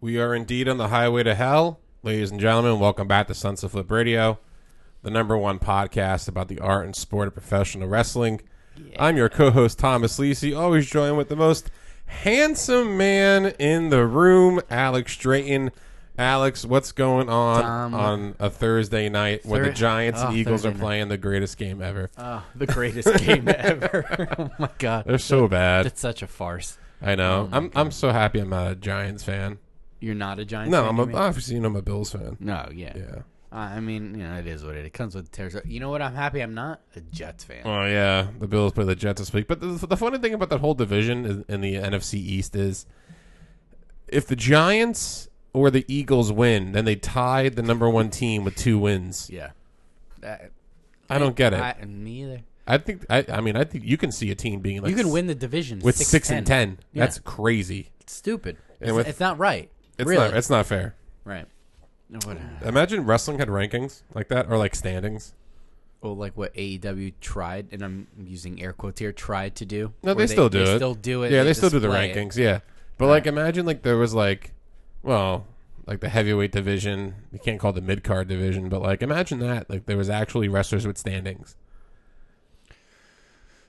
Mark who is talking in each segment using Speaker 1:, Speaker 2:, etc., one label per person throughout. Speaker 1: We are indeed on the highway to hell. Ladies and gentlemen, welcome back to Sunset Flip Radio, the number one podcast about the art and sport of professional wrestling. I'm your co host, Thomas Lisi, always joined with the most handsome man in the room, Alex Drayton. Alex, what's going on
Speaker 2: Tom.
Speaker 1: on a Thursday night when the
Speaker 2: Thur-
Speaker 1: Giants
Speaker 2: Oh,
Speaker 1: and Eagles
Speaker 2: Thursday
Speaker 1: are
Speaker 2: night.
Speaker 1: playing the greatest game ever?
Speaker 2: Ah, the greatest game ever. oh my god,
Speaker 1: They're so bad.
Speaker 2: that's such a farce.
Speaker 1: I
Speaker 2: oh
Speaker 1: know. I'm, I'm so happy I'm not a Giants fan.
Speaker 2: You're not a Giants.
Speaker 1: No,
Speaker 2: fan,
Speaker 1: I'm
Speaker 2: you
Speaker 1: a,
Speaker 2: mean?
Speaker 1: obviously you know, I'm a Bills fan.
Speaker 2: no, yeah.
Speaker 1: Yeah.
Speaker 2: I I mean, you know, it is what it. It comes with tears. You know what? I'm happy. I'm not a Jets fan.
Speaker 1: Oh yeah, the Bills play the Jets this week. But the, the funny thing about that whole division is, in the NFC East is, if the Giants or the Eagles win, then they tie the number one team with two wins.
Speaker 2: yeah, that,
Speaker 1: I don't get it. I,
Speaker 2: I, neither.
Speaker 1: think I, I mean I think you can see a team being like
Speaker 2: You can
Speaker 1: s-
Speaker 2: win the division
Speaker 1: with six, and ten.
Speaker 2: Yeah.
Speaker 1: That's crazy.
Speaker 2: It's stupid. It's,
Speaker 1: And with-
Speaker 2: it's not right.
Speaker 1: It's
Speaker 2: really,
Speaker 1: not. It's not fair.
Speaker 2: right. No, What,
Speaker 1: Imagine wrestling had rankings like that or like standings.
Speaker 2: well, like what AEW tried, and I'm using air quotes here, tried to do.
Speaker 1: No,
Speaker 2: where
Speaker 1: they, still do
Speaker 2: they
Speaker 1: it.
Speaker 2: Still do it.
Speaker 1: Yeah, they, still do the
Speaker 2: display it.
Speaker 1: rankings. Yeah, but like imagine like there was like, well, like the heavyweight division. You can't call it the mid card division, but like imagine that like there was actually wrestlers with standings.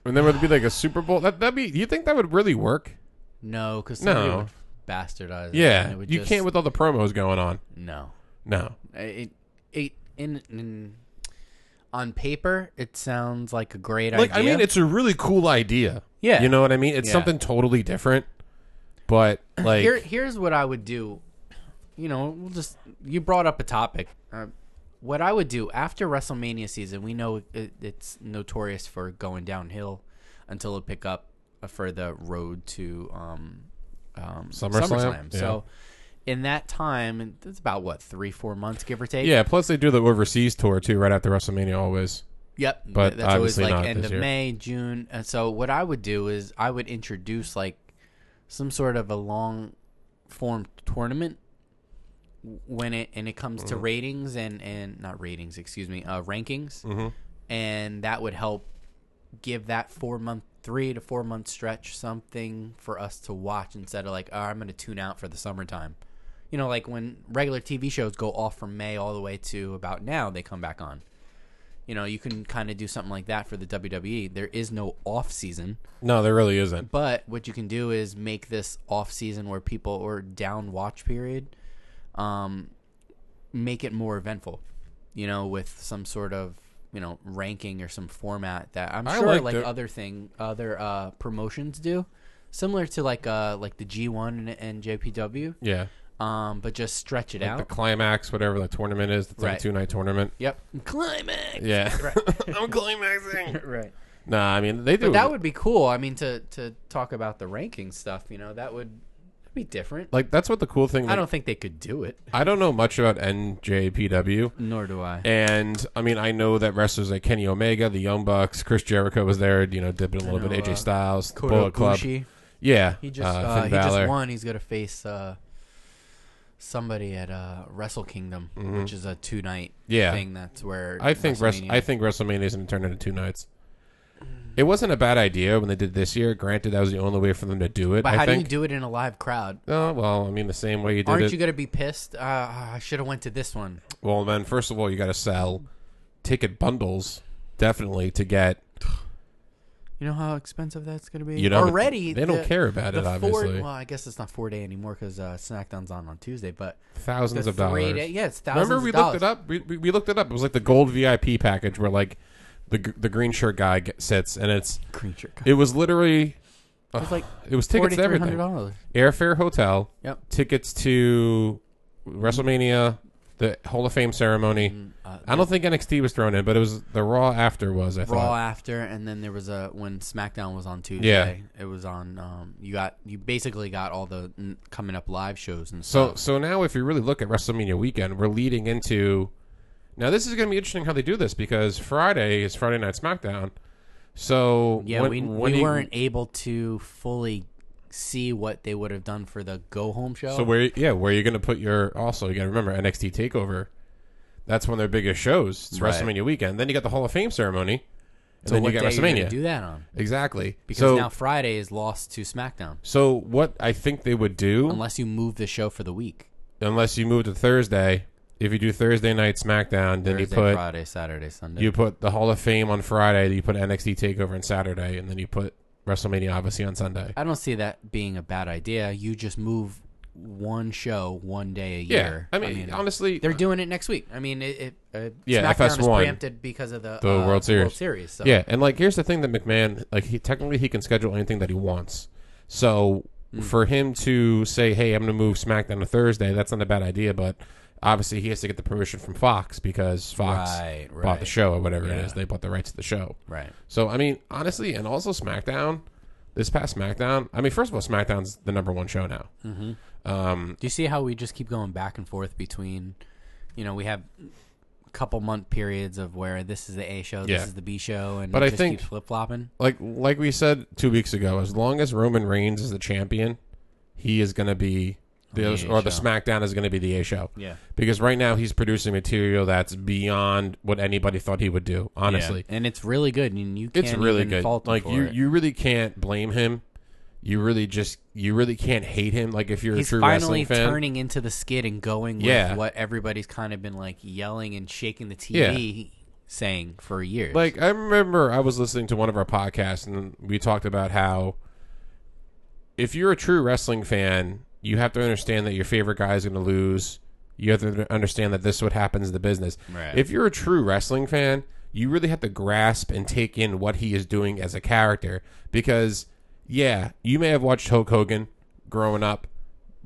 Speaker 1: And then would be like a Super Bowl. That that be. Do you think that would really work?
Speaker 2: No, because
Speaker 1: No.
Speaker 2: no. bastardize. it, and
Speaker 1: Yeah,
Speaker 2: it would
Speaker 1: you
Speaker 2: just-
Speaker 1: can't with all the promos going on.
Speaker 2: No,
Speaker 1: No,
Speaker 2: it it in, in on paper it sounds like a great
Speaker 1: like
Speaker 2: idea.
Speaker 1: I mean, it's a really cool idea.
Speaker 2: Yeah.
Speaker 1: you know what I mean. It's
Speaker 2: Yeah.
Speaker 1: something totally different, but like
Speaker 2: Here, here's what I would do. You know, we'll just you brought up a topic. Uh, what I would do after WrestleMania season, we know it, it's notorious for going downhill until it pick up uh, for the road to um, um,
Speaker 1: SummerSlam?
Speaker 2: So in that time, and it's about what three, four months, give or take.
Speaker 1: yeah. Plus, they do the overseas tour too, right after WrestleMania. Always.
Speaker 2: Yep,
Speaker 1: But
Speaker 2: that's always
Speaker 1: obviously
Speaker 2: like
Speaker 1: not
Speaker 2: end
Speaker 1: this
Speaker 2: of
Speaker 1: year.
Speaker 2: May, June. And so what I would do is I would introduce like some sort of a long form tournament when it and it comes
Speaker 1: Mm-hmm.
Speaker 2: to ratings and and not ratings, excuse me, uh, rankings,
Speaker 1: Mm-hmm.
Speaker 2: and that would help give that four month three to four month stretch something for us to watch instead of like oh I'm gonna tune out for the summertime. You know, like when regular TV shows go off from May all the way to about now, they come back on. You know, you can kind of do something like that for the WWE. There is no off season,
Speaker 1: No, there really isn't.
Speaker 2: but what you can do is make this off season where people or down watch period, um, make it more eventful. You know, with some sort of you know ranking or some format that I'm
Speaker 1: I
Speaker 2: sure
Speaker 1: like
Speaker 2: like,
Speaker 1: the-
Speaker 2: other thing other uh, promotions do, similar to like uh like the G1 and, and JPW,
Speaker 1: Yeah.
Speaker 2: um, but just stretch it
Speaker 1: The
Speaker 2: out.
Speaker 1: climax, whatever the tournament is, it's like
Speaker 2: Right.
Speaker 1: a two night tournament.
Speaker 2: yep, climax.
Speaker 1: Yeah. I'm climaxing.
Speaker 2: Right.
Speaker 1: Nah, I mean they do
Speaker 2: But that would be cool. I mean, to to talk about the ranking stuff, you know, that would that'd be different.
Speaker 1: like that's what the cool thing. Like,
Speaker 2: I don't think they could do it.
Speaker 1: I don't know much about NJPW,
Speaker 2: Nor do I.
Speaker 1: and I mean I know that wrestlers like Kenny Omega, the Young Bucks, Chris Jericho was there, you know, dipping a little
Speaker 2: know,
Speaker 1: bit. AJ
Speaker 2: uh,
Speaker 1: Styles,
Speaker 2: Kota
Speaker 1: Bullet Club,
Speaker 2: Ibushi,
Speaker 1: yeah,
Speaker 2: he just uh,
Speaker 1: Finn
Speaker 2: he just
Speaker 1: Balor.
Speaker 2: won. He's gonna face uh, somebody at uh, Wrestle Kingdom, which is a two night
Speaker 1: Mm-hmm. Yeah.
Speaker 2: thing. That's where
Speaker 1: I think Wres-
Speaker 2: WrestleMania- Mm.
Speaker 1: I think WrestleMania is going to turn into two nights. It wasn't a bad idea when they did this year. Granted, that was the only way for them to do it.
Speaker 2: But
Speaker 1: I
Speaker 2: how
Speaker 1: think.
Speaker 2: do you do it in a live crowd?
Speaker 1: oh well, I mean the same way you did
Speaker 2: Aren't
Speaker 1: it.
Speaker 2: you gonna be pissed? Uh, I should have went to this one.
Speaker 1: Well, then first of all, you got to sell ticket bundles definitely to get.
Speaker 2: You know how expensive that's gonna be.
Speaker 1: You know, but
Speaker 2: already
Speaker 1: they don't
Speaker 2: the-
Speaker 1: care about
Speaker 2: the
Speaker 1: it,
Speaker 2: four-
Speaker 1: obviously.
Speaker 2: well, I guess it's not four day anymore because uh, SmackDown's on on Tuesday, but
Speaker 1: Thousands
Speaker 2: the
Speaker 1: of dollars.
Speaker 2: Day, yeah, it's thousands.
Speaker 1: Remember, we
Speaker 2: of dollars.
Speaker 1: looked it up. We, we, we looked it up. It was like the gold VIP package where like the gr- the green shirt guy get, sits, and it's
Speaker 2: Creature.
Speaker 1: it was literally
Speaker 2: It was like
Speaker 1: it was tickets
Speaker 2: forty
Speaker 1: to
Speaker 2: three
Speaker 1: everything,
Speaker 2: hundred dollars.
Speaker 1: airfare, hotel,
Speaker 2: Yep.
Speaker 1: tickets to WrestleMania, the Hall of Fame ceremony.
Speaker 2: Uh,
Speaker 1: I don't think NXT was thrown in, but it was the Raw after was I
Speaker 2: Raw
Speaker 1: thought.
Speaker 2: after, and then there was a when SmackDown was on Tuesday. it was on. Um, you got you basically got all the n- coming up live shows and
Speaker 1: So
Speaker 2: stuff.
Speaker 1: so now if you really look at WrestleMania weekend, we're leading into now this is going to be interesting how they do this because Friday is Friday Night SmackDown. So
Speaker 2: yeah,
Speaker 1: when-
Speaker 2: we,
Speaker 1: when
Speaker 2: we
Speaker 1: you-
Speaker 2: weren't able to fully see what they would have done for the go home show.
Speaker 1: So where yeah where you're going to put your also you got to remember NXT Takeover. That's one of their biggest shows. It's
Speaker 2: Right.
Speaker 1: WrestleMania weekend. Then you got the Hall of Fame ceremony, and then
Speaker 2: what
Speaker 1: you got
Speaker 2: day you gonna
Speaker 1: WrestleMania.
Speaker 2: do that on
Speaker 1: Exactly.
Speaker 2: because
Speaker 1: so,
Speaker 2: now Friday is lost to SmackDown
Speaker 1: so what I think they would do, unless,
Speaker 2: unless you move the show for the week.
Speaker 1: you move to Thursday, if you do Thursday night SmackDown, then you
Speaker 2: Thursday,
Speaker 1: put
Speaker 2: Friday, Saturday, Sunday.
Speaker 1: you put the Hall of Fame on Friday, you put NXT Takeover on Saturday, and then you put WrestleMania obviously on Sunday.
Speaker 2: I don't see that being a bad idea. You just move one show one day a
Speaker 1: Yeah,
Speaker 2: year.
Speaker 1: I mean, honestly,
Speaker 2: they're doing it next week. I mean, it, it uh,
Speaker 1: Yeah,
Speaker 2: SmackDown is
Speaker 1: FS1.
Speaker 2: preempted because of the,
Speaker 1: The
Speaker 2: uh,
Speaker 1: World Series.
Speaker 2: so.
Speaker 1: Yeah, and like here's the thing that McMahon like he technically he can schedule anything that he wants. So for him to say, "Hey, I'm going to move SmackDown to Thursday," that's not a bad idea, but obviously he has to get the permission from Fox because Fox
Speaker 2: Right,
Speaker 1: bought the
Speaker 2: right.
Speaker 1: show or whatever it
Speaker 2: Yeah.
Speaker 1: is. They bought the rights to the show.
Speaker 2: right.
Speaker 1: So I mean, honestly, and also SmackDown, this past SmackDown, I mean, first of all, SmackDown's the number one show now. Mm-hmm. Um,
Speaker 2: Do you see how we just keep going back and forth between, you know, we have a couple month periods of where this is the A show,
Speaker 1: Yeah.
Speaker 2: this is the B show, and
Speaker 1: But
Speaker 2: it
Speaker 1: I
Speaker 2: just
Speaker 1: think-
Speaker 2: keeps flip flopping.
Speaker 1: like like we said two weeks ago, as long as Roman Reigns is the champion, he is going to be the,
Speaker 2: On the A
Speaker 1: or the
Speaker 2: show.
Speaker 1: SmackDown is going to be the A show.
Speaker 2: Yeah.
Speaker 1: Because right now he's producing material that's beyond what anybody thought he would do. Honestly,
Speaker 2: and it's really good, and you can't
Speaker 1: it's really
Speaker 2: even
Speaker 1: good.
Speaker 2: fault him
Speaker 1: Like
Speaker 2: for
Speaker 1: you,
Speaker 2: it.
Speaker 1: you really can't blame him. You really just you really can't hate him. Like if you're
Speaker 2: He's
Speaker 1: a true
Speaker 2: finally
Speaker 1: wrestling fan,
Speaker 2: turning into the skid and going with
Speaker 1: Yeah.
Speaker 2: what everybody's kind of been like yelling and shaking the TV saying for years.
Speaker 1: Like I remember I was listening to one of our podcasts and we talked about how if you're a true wrestling fan, you have to understand that your favorite guy is going to lose. You have to understand that this is what happens in the business.
Speaker 2: Right.
Speaker 1: If you're a true wrestling fan, you really have to grasp and take in what he is doing as a character because yeah, you may have watched Hulk Hogan growing up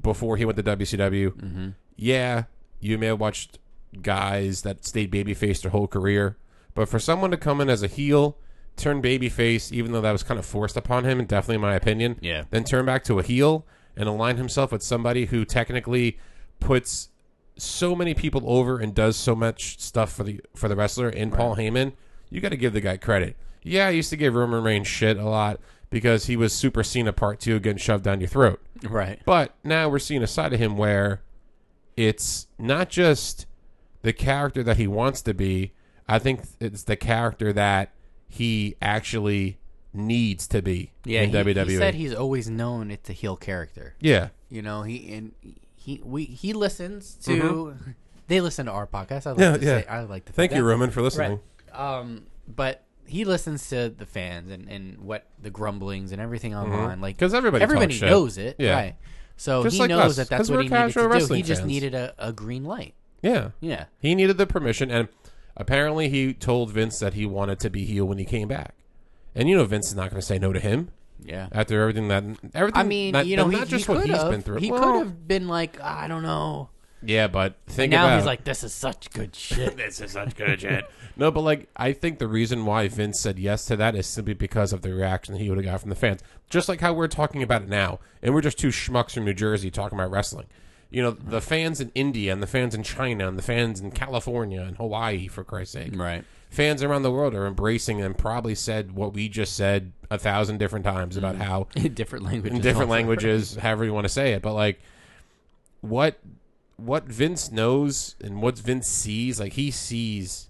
Speaker 1: before he went to WCW. Yeah, you may have watched guys that stayed babyface their whole career, but for someone to come in as a heel, turn babyface, even though that was kind of forced upon him, and definitely in my opinion,
Speaker 2: Yeah.
Speaker 1: then turn back to a heel and align himself with somebody who technically puts so many people over and does so much stuff for the for the wrestler in Paul Heyman, you got to give the guy credit. Yeah, I used to give Roman Reigns shit a lot because he was Super Cena Part Two getting shoved down your throat.
Speaker 2: right.
Speaker 1: But now we're seeing a side of him where it's not just the character that he wants to be. I think it's the character that he actually needs to be
Speaker 2: Yeah,
Speaker 1: in E.
Speaker 2: he, he
Speaker 1: WWE.
Speaker 2: said he's always known it's a heel character.
Speaker 1: yeah,
Speaker 2: You know, he and he we he listens to they listen to our podcast. I like
Speaker 1: Mm-hmm. Yeah,
Speaker 2: to
Speaker 1: yeah.
Speaker 2: say I like to think
Speaker 1: thank you,
Speaker 2: that.
Speaker 1: Roman, for listening.
Speaker 2: Right. Um but he listens to the fans and, and what the grumblings and everything online like
Speaker 1: Mm-hmm. 'Cause everybody talks
Speaker 2: everybody
Speaker 1: shit.
Speaker 2: knows it
Speaker 1: Yeah.
Speaker 2: right so
Speaker 1: Just
Speaker 2: he
Speaker 1: like
Speaker 2: knows
Speaker 1: us,
Speaker 2: that
Speaker 1: 'cause
Speaker 2: that's what
Speaker 1: we're
Speaker 2: he needed
Speaker 1: casual
Speaker 2: to do he
Speaker 1: wrestling
Speaker 2: just
Speaker 1: fans.
Speaker 2: needed a, a green light
Speaker 1: Yeah,
Speaker 2: yeah
Speaker 1: he needed the permission, and apparently he told Vince that he wanted to be heel when he came back. And you know Vince is not going to say no to him
Speaker 2: yeah
Speaker 1: after everything that everything.
Speaker 2: I mean
Speaker 1: not,
Speaker 2: you know
Speaker 1: not
Speaker 2: he,
Speaker 1: just
Speaker 2: he
Speaker 1: what
Speaker 2: could
Speaker 1: he's
Speaker 2: have
Speaker 1: been through.
Speaker 2: he
Speaker 1: Well,
Speaker 2: could have been like I don't know
Speaker 1: Yeah, but think
Speaker 2: now
Speaker 1: about
Speaker 2: he's like this is such good shit
Speaker 3: This is such good shit.
Speaker 1: No, but like I think the reason why Vince said yes to that is simply because of the reaction he would have got from the fans. Just like how we're talking about it now, and we're just two schmucks from New Jersey talking about wrestling. You know, the fans in India and the fans in China and the fans in California and Hawaii, for Christ's sake.
Speaker 2: right
Speaker 1: Fans around the world are embracing and probably said what we just said a thousand different times about how
Speaker 2: in different languages
Speaker 1: in different
Speaker 2: also.
Speaker 1: languages, however you want to say it. But like, what what Vince knows and what Vince sees, like he sees,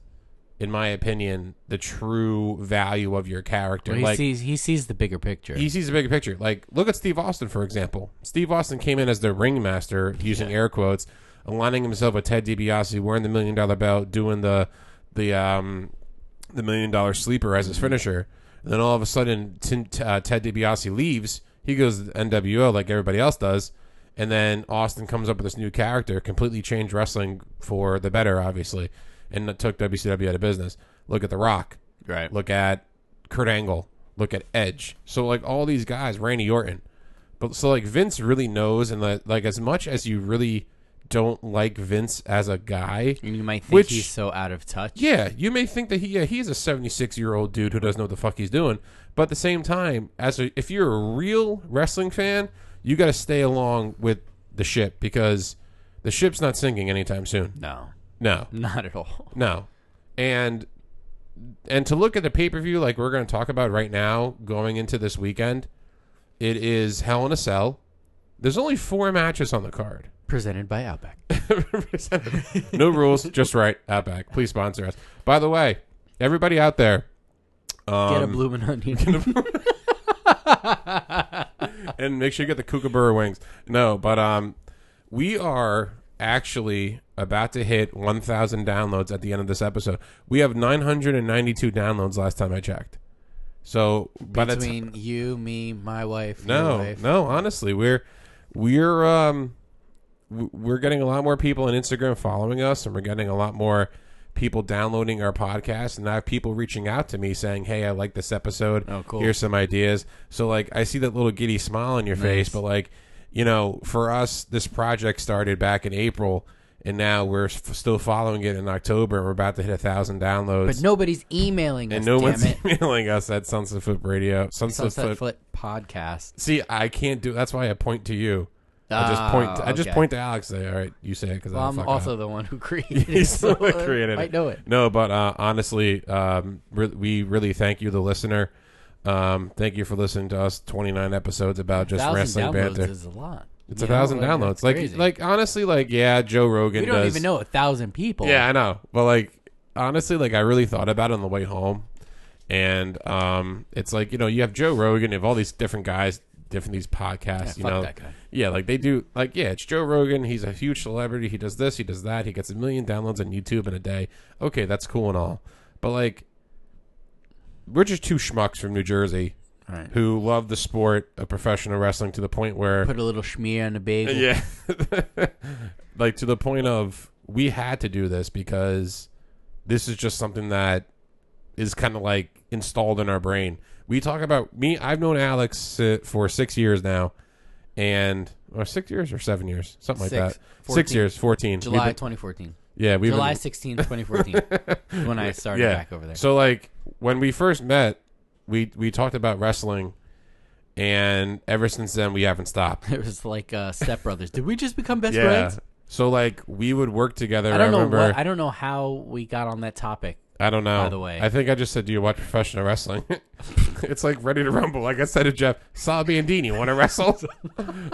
Speaker 1: in my opinion, the true value of your character.
Speaker 2: Well, he
Speaker 1: like
Speaker 2: sees he sees the bigger picture
Speaker 1: he sees a bigger picture. Like, look at Steve Austin for example. Steve Austin came in as the ringmaster, using air quotes, aligning himself with Ted DiBiase, wearing the million dollar belt, doing the the um the million dollar sleeper as his finisher. And then all of a sudden, Tim, t- uh, Ted DiBiase leaves. He goes to the NWO like everybody else does. And then Austin comes up with this new character, completely changed wrestling for the better, obviously, and took WCW out of business. Look at The Rock.
Speaker 2: right
Speaker 1: Look at Kurt Angle. Look at Edge. So like all these guys, Randy Orton. But so like Vince really knows, and like, like as much as you really don't like Vince as a guy,
Speaker 2: and you might think
Speaker 1: Which-
Speaker 2: he's so out of touch
Speaker 1: yeah, you may think that he yeah, he's a 76 year old dude who doesn't know what the fuck he's doing. But at the same time, as a, if you're a real wrestling fan, you got to stay along with the ship because the ship's not sinking anytime soon.
Speaker 2: no
Speaker 1: No,
Speaker 2: not at all
Speaker 1: no, and and to look at the pay per view like we're going to talk about right now, going into this weekend, it is Hell in a Cell. There's only four matches on the card.
Speaker 2: presented by Outback.
Speaker 1: no rules, just right. Outback, please sponsor us. By the way, everybody out there, Um,
Speaker 2: Get a bloomin' onion.
Speaker 1: and make sure you get the kookaburra wings. No, but um, we are actually about to hit 1,000 downloads at the end of this episode. We have 992 downloads last time I checked. So by the time,
Speaker 2: Between you, me, my wife, your
Speaker 1: no,
Speaker 2: wife.
Speaker 1: no, honestly, we're we're um w- we're getting a lot more people on Instagram following us, and we're getting a lot more people downloading our podcast, and I have people reaching out to me saying, "Hey, I like this episode.
Speaker 2: Oh, cool.
Speaker 1: Here's some ideas." So like, I see that little giddy smile on your face, but like, you know, for us, this project started back in April. And now we're f- still following it in October, and we're about to hit a thousand downloads.
Speaker 2: But nobody's emailing us,
Speaker 1: and no
Speaker 2: damn
Speaker 1: one's
Speaker 2: it.
Speaker 1: emailing us at Sunset Foot Radio. Sunset, Foot
Speaker 2: Sunset Foot podcast.
Speaker 1: See, I can't do. That's why I point to you. I just point. To, I just
Speaker 2: Ah, okay.
Speaker 1: point to Alex. Say, all right, you say it because
Speaker 2: Well, I'm
Speaker 1: I'm
Speaker 2: also the one who created it.
Speaker 1: He's the
Speaker 2: so
Speaker 1: one created.
Speaker 2: I
Speaker 1: it.
Speaker 2: know it.
Speaker 1: No, but uh, honestly, um, re- we really thank you, the listener. Um, thank you for listening to us. Twenty nine episodes about just
Speaker 2: thousand
Speaker 1: wrestling
Speaker 2: downloads
Speaker 1: banter.
Speaker 2: is a lot.
Speaker 1: It's
Speaker 2: You
Speaker 1: a
Speaker 2: know,
Speaker 1: thousand
Speaker 2: like,
Speaker 1: downloads.
Speaker 2: that's
Speaker 1: Like,
Speaker 2: crazy.
Speaker 1: like honestly, like yeah, Joe Rogan.
Speaker 2: we don't
Speaker 1: does,
Speaker 2: even know a thousand people.
Speaker 1: Yeah, I know. But like honestly, like I really thought about it on the way home, and um, it's like you know you have Joe Rogan, you have all these different guys, different these podcasts.
Speaker 2: Yeah,
Speaker 1: you
Speaker 2: fuck
Speaker 1: know,
Speaker 2: that guy.
Speaker 1: yeah, like they do. Like yeah, it's Joe Rogan. He's a huge celebrity. He does this. He does that. He gets a million downloads on YouTube in a day. Okay, that's cool and all, but like. We're just two schmucks from New Jersey
Speaker 2: All right.
Speaker 1: who love the sport of professional wrestling to the point where
Speaker 2: Put a little schmear on the bagel.
Speaker 1: yeah. like to the point of we had to do this because this is just something that is kind of like installed in our brain. We talk about me. I've known Alex uh, for six years now, and or six years or seven years, something like
Speaker 2: Six.
Speaker 1: that.
Speaker 2: 14.
Speaker 1: Six years, fourteen. We've
Speaker 2: July
Speaker 1: been-
Speaker 2: 2014.
Speaker 1: yeah, we've
Speaker 2: July
Speaker 1: been,
Speaker 2: 16, 2014. is when I started
Speaker 1: yeah.
Speaker 2: back over there.
Speaker 1: So like when we first met, we we talked about wrestling, and ever since then we haven't stopped.
Speaker 2: it was like uh, Step Brothers. Did we just become best
Speaker 1: Yeah.
Speaker 2: friends?
Speaker 1: So like we would work together.
Speaker 2: I don't know
Speaker 1: remember,
Speaker 2: what. I don't know how we got on that topic.
Speaker 1: I don't know.
Speaker 2: By the way.
Speaker 1: I think I just said, "Do you watch professional wrestling?" it's like ready to rumble. Like I said to Jeff, Sabi and Dean, you want to wrestle?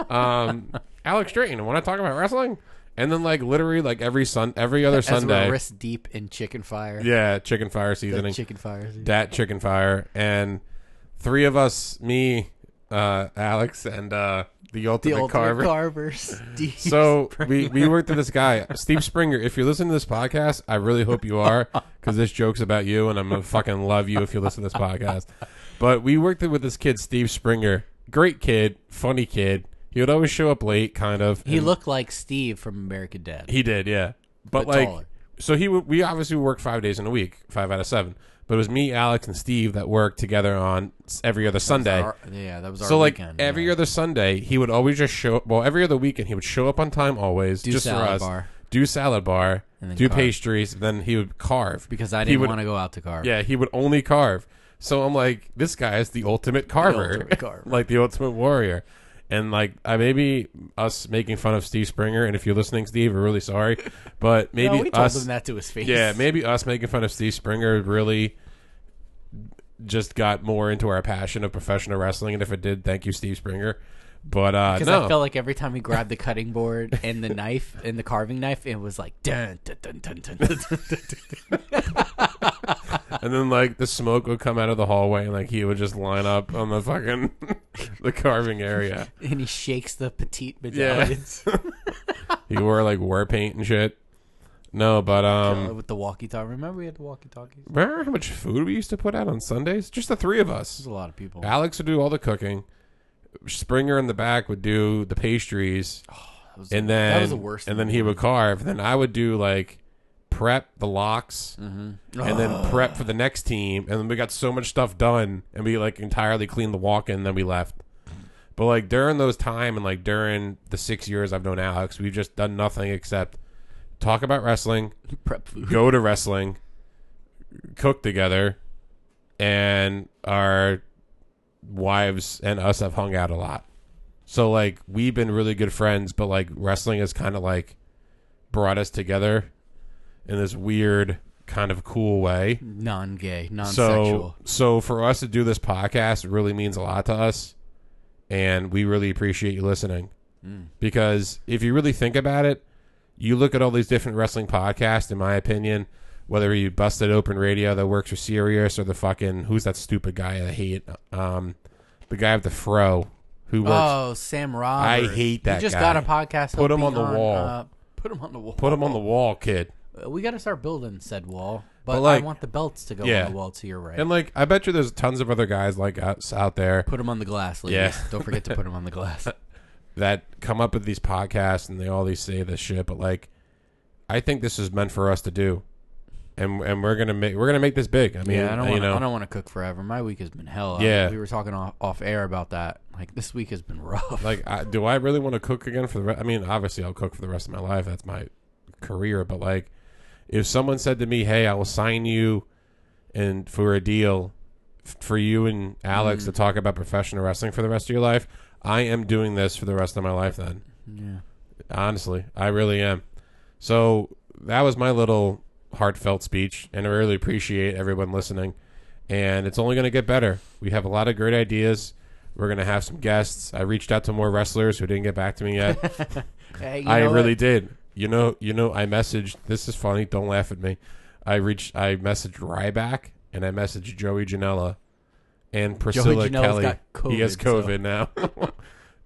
Speaker 1: um, Alex Drayton, want to talk about wrestling? And then like literally like every sun every other
Speaker 2: As we're
Speaker 1: Sunday,
Speaker 2: wrist deep in chicken fire.
Speaker 1: yeah, chicken fire seasoning,
Speaker 2: Chicken fire.
Speaker 1: dat chicken fire, and three of us, me, uh, Alex, and uh, the
Speaker 2: The
Speaker 1: ultimate
Speaker 2: ultimate
Speaker 1: carver.
Speaker 2: carver. Steve.
Speaker 1: So we, we worked with this guy, Steve Springer. If you're listening to this podcast, I really hope you are, because this joke's about you, and I'm gonna fucking love you if you listen to this podcast. But we worked with this kid, Steve Springer. Great kid, funny kid. He would always show up late, kind of.
Speaker 2: he
Speaker 1: and
Speaker 2: looked like Steve from American Dad.
Speaker 1: he did, yeah. But,
Speaker 2: But
Speaker 1: like,
Speaker 2: taller.
Speaker 1: so he would. We obviously worked five days in a week, five out of seven. But it was me, Alex, and Steve that worked together on s- every other Sunday.
Speaker 2: Our- yeah, that was our
Speaker 1: So like
Speaker 2: weekend,
Speaker 1: every
Speaker 2: yeah.
Speaker 1: other Sunday, he would always just show. Well, every other weekend, he would show up on time always, just for
Speaker 2: salad
Speaker 1: us.
Speaker 2: bar.
Speaker 1: Do salad bar,
Speaker 2: And then
Speaker 1: do
Speaker 2: carve.
Speaker 1: pastries. Then he would carve
Speaker 2: because I
Speaker 1: he
Speaker 2: didn't
Speaker 1: would-
Speaker 2: want to go out to carve.
Speaker 1: Yeah, he would only carve. So I'm like, this guy is the ultimate carver,
Speaker 2: ultimate carver.
Speaker 1: like the ultimate warrior. And like, I maybe us making fun of Steve Springer. And if you're listening, Steve, we're really sorry. But
Speaker 2: No,
Speaker 1: maybe
Speaker 2: we told
Speaker 1: us,
Speaker 2: him that to his face.
Speaker 1: yeah, maybe us making fun of Steve Springer really just got more into our passion of professional wrestling. And if it did, thank you, Steve Springer. But uh,
Speaker 2: Because
Speaker 1: no,
Speaker 2: I felt like every time he grabbed the cutting board and the knife and the carving knife, it was like dun dun dun dun dun. dun, dun, dun.
Speaker 1: and then like the smoke would come out of the hallway, and like he would just line up on the fucking the carving area.
Speaker 2: and he shakes the petite
Speaker 1: Yeah.
Speaker 2: medallions
Speaker 1: He wore like war paint and shit. No, but um,
Speaker 2: with the walkie-talkie. Remember we had the walkie-talkies? There's
Speaker 1: remember how much food we used to put out on Sundays? Just the three of us.
Speaker 2: a lot of people. That
Speaker 1: Alex would do all the cooking. Springer in the back would do the pastries.
Speaker 2: was-
Speaker 1: and then
Speaker 2: that was the worst.
Speaker 1: And then he would carve. Then I would do like prep the locks, and
Speaker 2: Oh.
Speaker 1: then prep for the next team. And then we got so much stuff done, and we like entirely cleaned the walk, in and then we left. But like during those time, and like during the six years I've known Alex, we've just done nothing except talk about wrestling,
Speaker 2: prep food.
Speaker 1: go to wrestling, cook together, and our wives and us have hung out a lot. So like we've been really good friends, but like wrestling has kind of like brought us together in this weird kind of cool way.
Speaker 2: Non-gay,
Speaker 1: So
Speaker 2: non-sexual.
Speaker 1: so for us to do this podcast really means a lot to us and we really appreciate you listening.
Speaker 2: Mm.
Speaker 1: Because if you really think about it, you look at all these different wrestling podcasts in my opinion, whether you busted open radio that works for Sirius or the fucking who's that stupid guy I hate, um, the guy with the fro who works.
Speaker 2: Oh, Sam Roberts.
Speaker 1: hate that
Speaker 2: He just
Speaker 1: guy.
Speaker 2: got a podcast.
Speaker 1: Put
Speaker 2: He'll
Speaker 1: him
Speaker 2: be
Speaker 1: on the wall.
Speaker 2: Uh, put him on the wall.
Speaker 1: Put him on the wall, kid.
Speaker 2: We got to start building said wall. But,
Speaker 1: like-
Speaker 2: I want the belts to go
Speaker 1: Yeah.
Speaker 2: on the wall to your right.
Speaker 1: And like, I bet you there's tons of other guys like us out there
Speaker 2: put him on the glass, ladies.
Speaker 1: Yeah.
Speaker 2: Don't forget to put him on the glass.
Speaker 1: that come up with these podcasts and they all these say this shit, but like, I think this is meant for us to do, and and we're gonna make we're gonna make this big. I mean,
Speaker 2: Yeah, I don't
Speaker 1: you
Speaker 2: want.
Speaker 1: know,
Speaker 2: I don't want to cook forever. My week has been hell. I-
Speaker 1: Yeah.
Speaker 2: we were talking off, off air about that. Like this week has been rough.
Speaker 1: like, I, do I really want to cook again for the? Re- I mean, obviously, I'll cook for the rest of my life. That's my career. But like, if someone said to me, "Hey, I will sign you," and for a deal f- for you and Alex
Speaker 2: Mm.
Speaker 1: to talk about professional wrestling for the rest of your life, I am doing this for the rest of my life. Then
Speaker 2: yeah.
Speaker 1: Honestly, I really am. So that was my little heartfelt speech, and I really appreciate everyone listening. And it's only going to get better. We have a lot of great ideas. We're going to have some guests. I reached out to more wrestlers who didn't get back to me yet.
Speaker 2: Hey, you
Speaker 1: I
Speaker 2: know what?
Speaker 1: really did. You know, you know, I messaged. This is funny. Don't laugh at me. I reached. I messaged Ryback and I messaged Joey Janela and Priscilla
Speaker 2: Janella's
Speaker 1: Kelly.
Speaker 2: got
Speaker 1: he has
Speaker 2: COVID, so-
Speaker 1: COVID now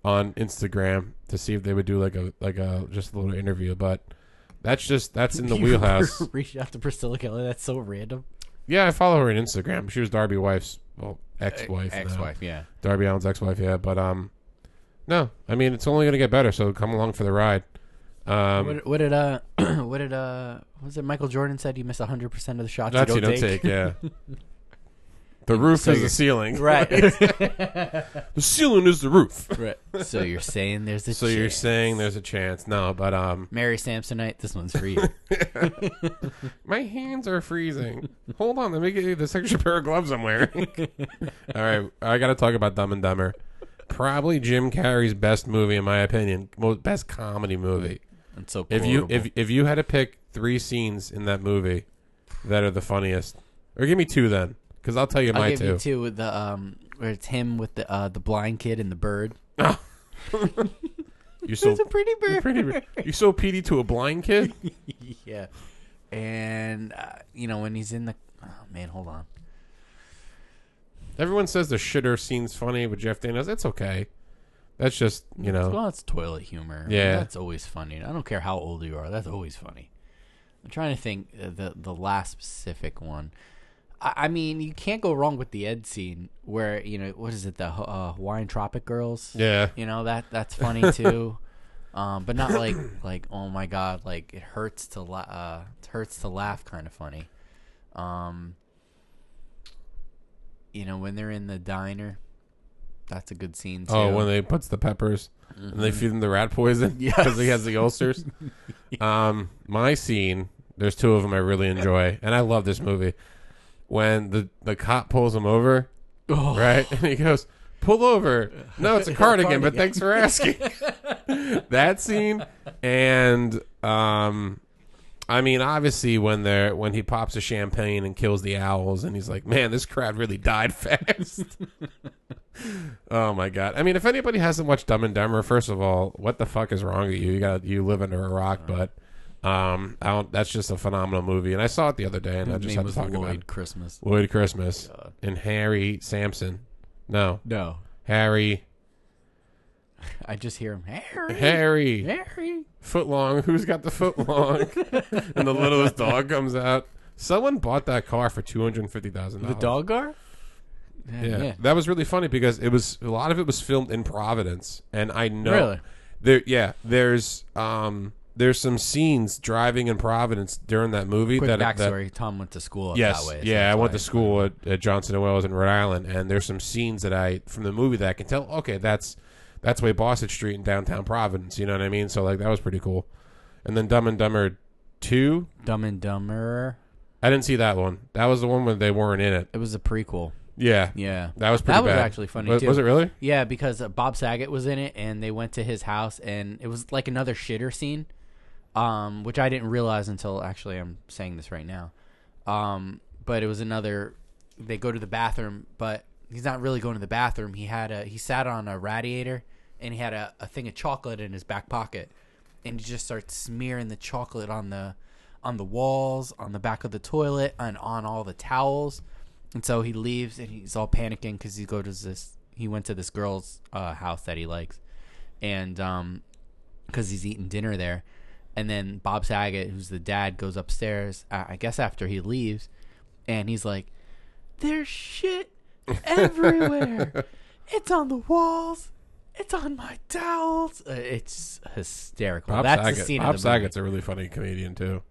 Speaker 1: on Instagram to see if they would do like a like a just a little interview. But that's just that's in the
Speaker 2: You
Speaker 1: wheelhouse.
Speaker 2: Reached out to Priscilla Kelly. That's so random.
Speaker 1: Yeah, I follow her on Instagram. She was Darby wife's well ex-wife. now.
Speaker 2: Ex-wife. Yeah.
Speaker 1: Darby Allen's ex-wife. Yeah, but um, no, I mean it's only gonna get better. So come along for the ride. Um,
Speaker 2: What, what did uh? what did uh? what Was it Michael Jordan said you miss hundred percent of the shots
Speaker 1: That's
Speaker 2: you don't,
Speaker 1: take. yeah. The roof is the ceiling.
Speaker 2: Right.
Speaker 1: The ceiling is the roof.
Speaker 2: right. So you're saying there's a
Speaker 1: So you're saying there's a chance. No, but um
Speaker 2: Mary Samsonite, this one's for you.
Speaker 1: my hands are freezing. Hold on, let me get you this extra pair of gloves I'm wearing. All right, I got to talk about Dumb and Dumber. Probably Jim Carrey's best movie in my opinion. Most best comedy movie.
Speaker 2: It's so
Speaker 1: If you if
Speaker 2: quotable.
Speaker 1: if you had to pick 3 scenes in that movie that are the funniest. Or give me 2 then cuz I'll tell you
Speaker 2: I'll
Speaker 1: my
Speaker 2: give
Speaker 1: two.
Speaker 2: you two with the um where it's him with the uh the blind kid and the bird.
Speaker 1: You so
Speaker 2: pretty
Speaker 1: you're pretty you so PD to a blind kid?
Speaker 2: yeah. And uh, you know when he's in the oh man, hold on.
Speaker 1: Everyone says the shitter scene's funny with Jeff Daniels. It's okay. That's just you know.
Speaker 2: Well, it's toilet humor.
Speaker 1: Yeah.
Speaker 2: that's always funny. I don't care how old you are. That's always funny. I'm trying to think uh, the the last specific one. I, I mean, you can't go wrong with the Ed scene where you know what is it the uh, Hawaiian Tropic Girls?
Speaker 1: Yeah.
Speaker 2: you know that that's funny too. um, but not like like oh my god, like it hurts to la- uh, it hurts to laugh kind of funny. Um, you know when they're in the diner, that's a good scene too.
Speaker 1: Oh, when they puts the peppers and they feed him the rat poison
Speaker 2: Yes.
Speaker 1: because he has the ulcers. um, my scene. There's two of them I really enjoy, and I love this movie. When the the cop pulls him over,
Speaker 2: Oh.
Speaker 1: right, and he goes, "Pull over." No, it's a cardigan, but
Speaker 2: Cardigan.
Speaker 1: thanks for asking. that scene, and um, I mean, obviously, when they're when he pops a champagne and kills the owls, and he's like, "Man, this crowd really died fast." oh my god! I mean, if anybody hasn't watched Dumb and Dumber, first of all, what the fuck is wrong with you? You got you live under a rock,
Speaker 2: Uh-huh.
Speaker 1: but um, I don't, that's just a phenomenal movie, and I saw it the other day, and I
Speaker 2: His
Speaker 1: just
Speaker 2: name
Speaker 1: had to
Speaker 2: was
Speaker 1: talk about it.
Speaker 2: Lloyd Christmas.
Speaker 1: Lloyd Christmas and Harry Sampson. No,
Speaker 2: No,
Speaker 1: Harry,
Speaker 2: I just hear him Harry,
Speaker 1: Harry.
Speaker 2: Harry.
Speaker 1: foot long. Who's got the foot long? and the littlest dog comes out. Someone bought that car for two hundred and fifty thousand
Speaker 2: The
Speaker 1: dollars.
Speaker 2: dog gar.
Speaker 1: yeah. that was really funny because it was a lot of it was filmed in Providence, and I know
Speaker 2: Really?
Speaker 1: there. Yeah, there's um there's some scenes driving in Providence during that movie
Speaker 2: Quick
Speaker 1: that that
Speaker 2: backstory: Tom went to school. up
Speaker 1: Yes.
Speaker 2: that way, so
Speaker 1: yeah, I
Speaker 2: that's
Speaker 1: went
Speaker 2: why.
Speaker 1: to school at, at Johnson and Wales in Rhode Island, and there's some scenes that I from the movie that I can tell. Okay, that's that's way Boston Street in downtown Providence. You know what I mean? So like that was pretty cool. And then Dumb and Dumber Two,
Speaker 2: Dumb and Dumber.
Speaker 1: I didn't see that one. That was the one where they weren't in it.
Speaker 2: It was a prequel.
Speaker 1: Yeah,
Speaker 2: Yeah,
Speaker 1: that was pretty.
Speaker 2: That was
Speaker 1: bad.
Speaker 2: actually funny,
Speaker 1: Was,
Speaker 2: too.
Speaker 1: was it really?
Speaker 2: Yeah, because uh, Bob Saget was in it, and they went to his house, and it was like another shitter scene, um, which I didn't realize until actually I'm saying this right now. Um, but it was another. They go to the bathroom, but he's not really going to the bathroom. He had a he sat on a radiator, and he had a, a thing of chocolate in his back pocket, and he just starts smearing the chocolate on the on the walls, on the back of the toilet, and on all the towels. And so he leaves, and he's all panicking because he goes to this. He went to this girl's uh, house that he likes, and um, because he's eating dinner there. And then Bob Saget, who's the dad, goes upstairs. uh, I I guess after he leaves, and he's like, "There's shit everywhere. it's on the walls. It's on my towels. Uh, it's hysterical.
Speaker 1: Bob
Speaker 2: That's the
Speaker 1: Saget.
Speaker 2: scene
Speaker 1: Bob
Speaker 2: of the movie.
Speaker 1: Saget's a really funny comedian too.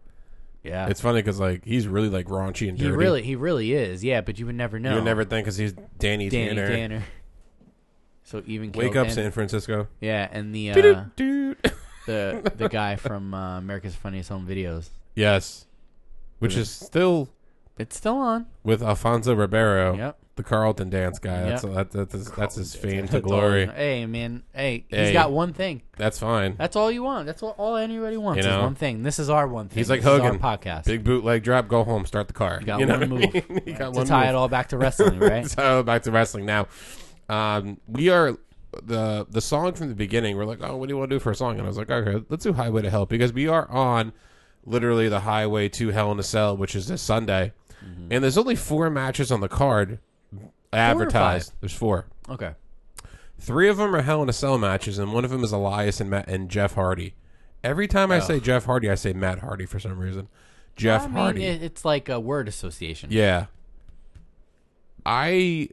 Speaker 2: Yeah,
Speaker 1: It's funny because like he's really like raunchy and
Speaker 2: he
Speaker 1: dirty.
Speaker 2: really, he really is. Yeah, but you would never know.
Speaker 1: You would never think because he's Danny,
Speaker 2: Danny
Speaker 1: Tanner.
Speaker 2: Tanner. So even
Speaker 1: Wake
Speaker 2: killed-
Speaker 1: up,
Speaker 2: and-
Speaker 1: San Francisco.
Speaker 2: Yeah, and the
Speaker 1: Doot,
Speaker 2: uh,
Speaker 1: doot.
Speaker 2: the the guy from uh, America's Funniest Home Videos.
Speaker 1: yes, which is still
Speaker 2: It's still on.
Speaker 1: with Alfonso Ribeiro,
Speaker 2: Yep.
Speaker 1: the Carlton dance guy. That's that, that's his- that's his fame to glory.
Speaker 2: Hey man, hey, he's
Speaker 1: Hey.
Speaker 2: got one thing.
Speaker 1: That's fine.
Speaker 2: That's all you want. That's all, all anybody wants
Speaker 1: You know?
Speaker 2: is one thing. This is our one thing.
Speaker 1: He's like
Speaker 2: This is our
Speaker 1: Hogan.
Speaker 2: podcast.
Speaker 1: Big bootleg drop. Go home. Start the car. You
Speaker 2: got
Speaker 1: know
Speaker 2: one
Speaker 1: what I
Speaker 2: move,
Speaker 1: mean? you got
Speaker 2: to
Speaker 1: one
Speaker 2: tie
Speaker 1: move.
Speaker 2: it all back to wrestling, right?
Speaker 1: so back to wrestling now. Um, we are the the song from the beginning. We're like, oh, what do you want to do for a song? And I was like, okay, let's do Highway to Hell because we are on literally the highway to Hell in a Cell, which is this Sunday,
Speaker 2: Mm-hmm.
Speaker 1: and there's only four matches on the card advertised. There's four.
Speaker 2: okay.
Speaker 1: Three of them are Hell in a Cell matches, and one of them is Elias and Matt and Jeff Hardy. Every time I say Jeff Hardy, I say Matt Hardy for some reason. Jeff
Speaker 2: I mean,
Speaker 1: Hardy.
Speaker 2: it- it's like a word association.
Speaker 1: Yeah. I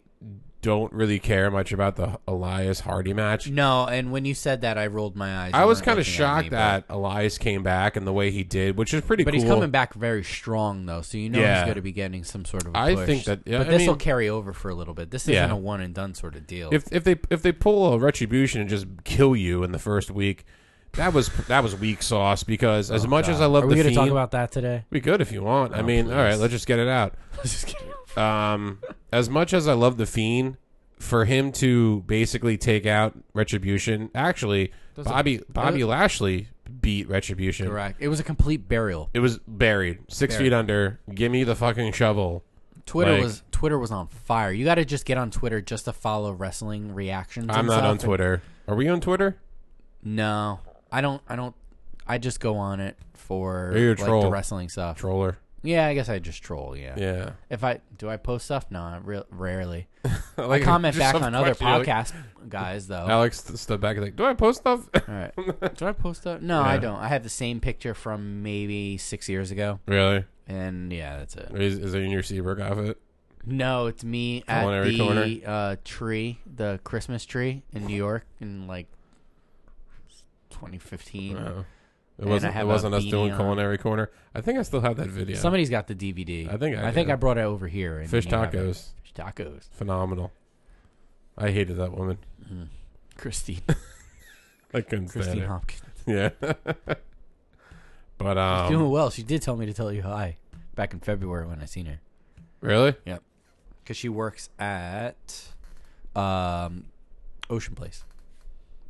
Speaker 1: don't really care much about the Elias Hardy match.
Speaker 2: No, and when you said that, I rolled my eyes.
Speaker 1: I
Speaker 2: You
Speaker 1: was
Speaker 2: weren't
Speaker 1: kind of
Speaker 2: looking at me,
Speaker 1: shocked
Speaker 2: but-
Speaker 1: that Elias came back and the way he did, which is pretty
Speaker 2: But
Speaker 1: cool.
Speaker 2: he's coming back very strong though, so you know
Speaker 1: Yeah.
Speaker 2: he's going to be getting some sort of. A
Speaker 1: I
Speaker 2: push.
Speaker 1: think that- yeah,
Speaker 2: but
Speaker 1: I
Speaker 2: this will
Speaker 1: mean-
Speaker 2: carry over for a little bit. This isn't
Speaker 1: Yeah.
Speaker 2: a one and done sort of deal.
Speaker 1: If if they if they pull a retribution and just kill you in the first week, that was that was weak sauce because as much as I love
Speaker 2: Oh, Are we
Speaker 1: the
Speaker 2: gonna
Speaker 1: fiend,
Speaker 2: talk about that today?
Speaker 1: we could if you want. I mean, all
Speaker 2: please.
Speaker 1: right, Oh, let's just get it out.
Speaker 2: Just kidding.
Speaker 1: um, as much as I love the Fiend, for him to basically take out Retribution, actually, Bobby Bobby Lashley beat Retribution.
Speaker 2: Correct. It was a complete burial.
Speaker 1: It was buried six feet under. Give me the fucking shovel.
Speaker 2: Twitter
Speaker 1: Like-
Speaker 2: was Twitter was on fire. You got to just get on Twitter just to follow wrestling reactions.
Speaker 1: I'm
Speaker 2: and
Speaker 1: not
Speaker 2: stuff.
Speaker 1: on Twitter. Are we on Twitter?
Speaker 2: No, I don't. I don't. I just go on it for
Speaker 1: You're a
Speaker 2: like the
Speaker 1: troll.
Speaker 2: wrestling stuff.
Speaker 1: Troller.
Speaker 2: Yeah, I guess I just troll. Yeah.
Speaker 1: Yeah.
Speaker 2: If I do, I post stuff. No, I re- rarely.
Speaker 1: like,
Speaker 2: Comment
Speaker 1: just
Speaker 2: back
Speaker 1: some
Speaker 2: on other
Speaker 1: question, you're like-
Speaker 2: podcast guys though.
Speaker 1: Alex st- stepped back and like, do I post stuff?
Speaker 2: All right. Did I post that? No, I
Speaker 1: Yeah.
Speaker 2: don't. I have the same picture from maybe six years ago,
Speaker 1: really?
Speaker 2: and yeah, that's it.
Speaker 1: Is, is it in your Seabrook outfit?
Speaker 2: No, it's me
Speaker 1: on
Speaker 2: at
Speaker 1: every
Speaker 2: the uh, tree, the Christmas tree in New York in like 2015.
Speaker 1: No. It
Speaker 2: And I
Speaker 1: wasn't.
Speaker 2: have
Speaker 1: It
Speaker 2: a
Speaker 1: wasn't us
Speaker 2: beanie
Speaker 1: doing
Speaker 2: on.
Speaker 1: culinary corner. I think I still have that video.
Speaker 2: Somebody's got the DVD.
Speaker 1: I think I
Speaker 2: I think
Speaker 1: do.
Speaker 2: I brought it over here. and
Speaker 1: Fish
Speaker 2: you have it.
Speaker 1: tacos.
Speaker 2: Fish tacos.
Speaker 1: phenomenal. I hated that woman.
Speaker 2: Mm-hmm. Christine.
Speaker 1: I couldn't stand
Speaker 2: Christine
Speaker 1: her.
Speaker 2: Hopkins.
Speaker 1: Yeah. but um,
Speaker 2: Doing well. She did tell me to tell you hi back in February when I seen her.
Speaker 1: really,
Speaker 2: Because she works at um, Ocean Place.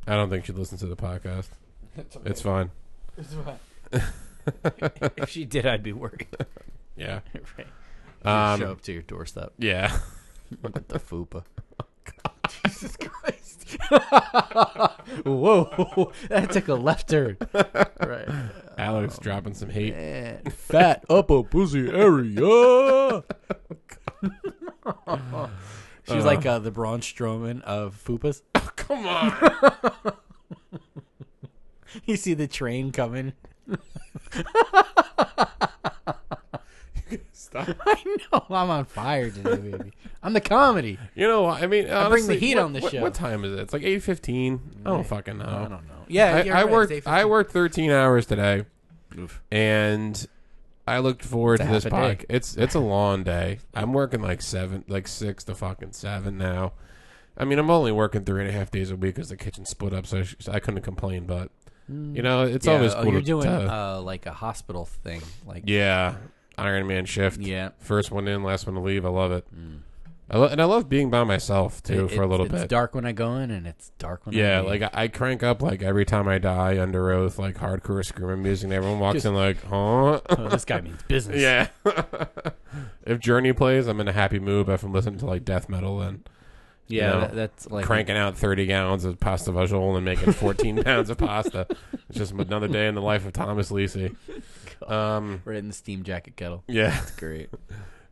Speaker 1: I don't think she'd listen to the podcast. It's fine.
Speaker 2: if she did, I'd be worried.
Speaker 1: Yeah.
Speaker 2: right.
Speaker 1: Um,
Speaker 2: show up to your doorstep
Speaker 1: Yeah.
Speaker 2: with the fupa. Jesus Christ! Whoa, that took a left turn. Right,
Speaker 1: Alex
Speaker 2: Oh,
Speaker 1: dropping some hate.
Speaker 2: and
Speaker 1: Fat
Speaker 2: Oh,
Speaker 1: upper pussy area.
Speaker 2: she's was like uh, the Braun Strowman of fupas.
Speaker 1: Come on.
Speaker 2: You see the train coming.
Speaker 1: Stop.
Speaker 2: I know I'm on fire today, baby. I'm the comedy.
Speaker 1: You know, I mean, honestly,
Speaker 2: bring the heat
Speaker 1: what-
Speaker 2: on the
Speaker 1: what-
Speaker 2: show.
Speaker 1: What time is it? It's like eight fifteen. I don't fucking know.
Speaker 2: I don't know. Oh. Yeah,
Speaker 1: I,
Speaker 2: you're
Speaker 1: I
Speaker 2: right,
Speaker 1: worked.
Speaker 2: it's
Speaker 1: I
Speaker 2: 8:15.
Speaker 1: worked 13 hours today,
Speaker 2: Oof.
Speaker 1: and I looked forward
Speaker 2: It's a
Speaker 1: to this
Speaker 2: half a day.
Speaker 1: podcast. It's it's a long day. I'm working like seven, like six to fucking seven now. I mean, I'm only working three and a half days a week because the kitchen split up, so I, sh- I couldn't complain. But you know, it's
Speaker 2: Yeah,
Speaker 1: always
Speaker 2: oh,
Speaker 1: cool.
Speaker 2: you're
Speaker 1: to-
Speaker 2: doing
Speaker 1: to-
Speaker 2: uh, like a hospital thing, like
Speaker 1: yeah, Iron Man shift.
Speaker 2: yeah. Mm.
Speaker 1: First one in, last one to leave. I love it. I lo- and I love being by myself too
Speaker 2: It-
Speaker 1: for a little
Speaker 2: it's,
Speaker 1: bit.
Speaker 2: It's dark when I go in, and it's dark when I
Speaker 1: Yeah, like
Speaker 2: leave.
Speaker 1: I, I crank up like every time I die under oath, like hardcore screaming music, and everyone walks in like, huh?
Speaker 2: oh, this guy means business.
Speaker 1: yeah. if Journey plays, I'm in a happy mood. If I'm listening to like death metal and
Speaker 2: yeah.
Speaker 1: know,
Speaker 2: that, that's like
Speaker 1: cranking out 30 gallons of pasta vajol and making 14 pounds of pasta, it's just another day in the life of Thomas Lisi.
Speaker 2: God.
Speaker 1: Um,
Speaker 2: We're in the steam jacket kettle.
Speaker 1: yeah.
Speaker 2: Great.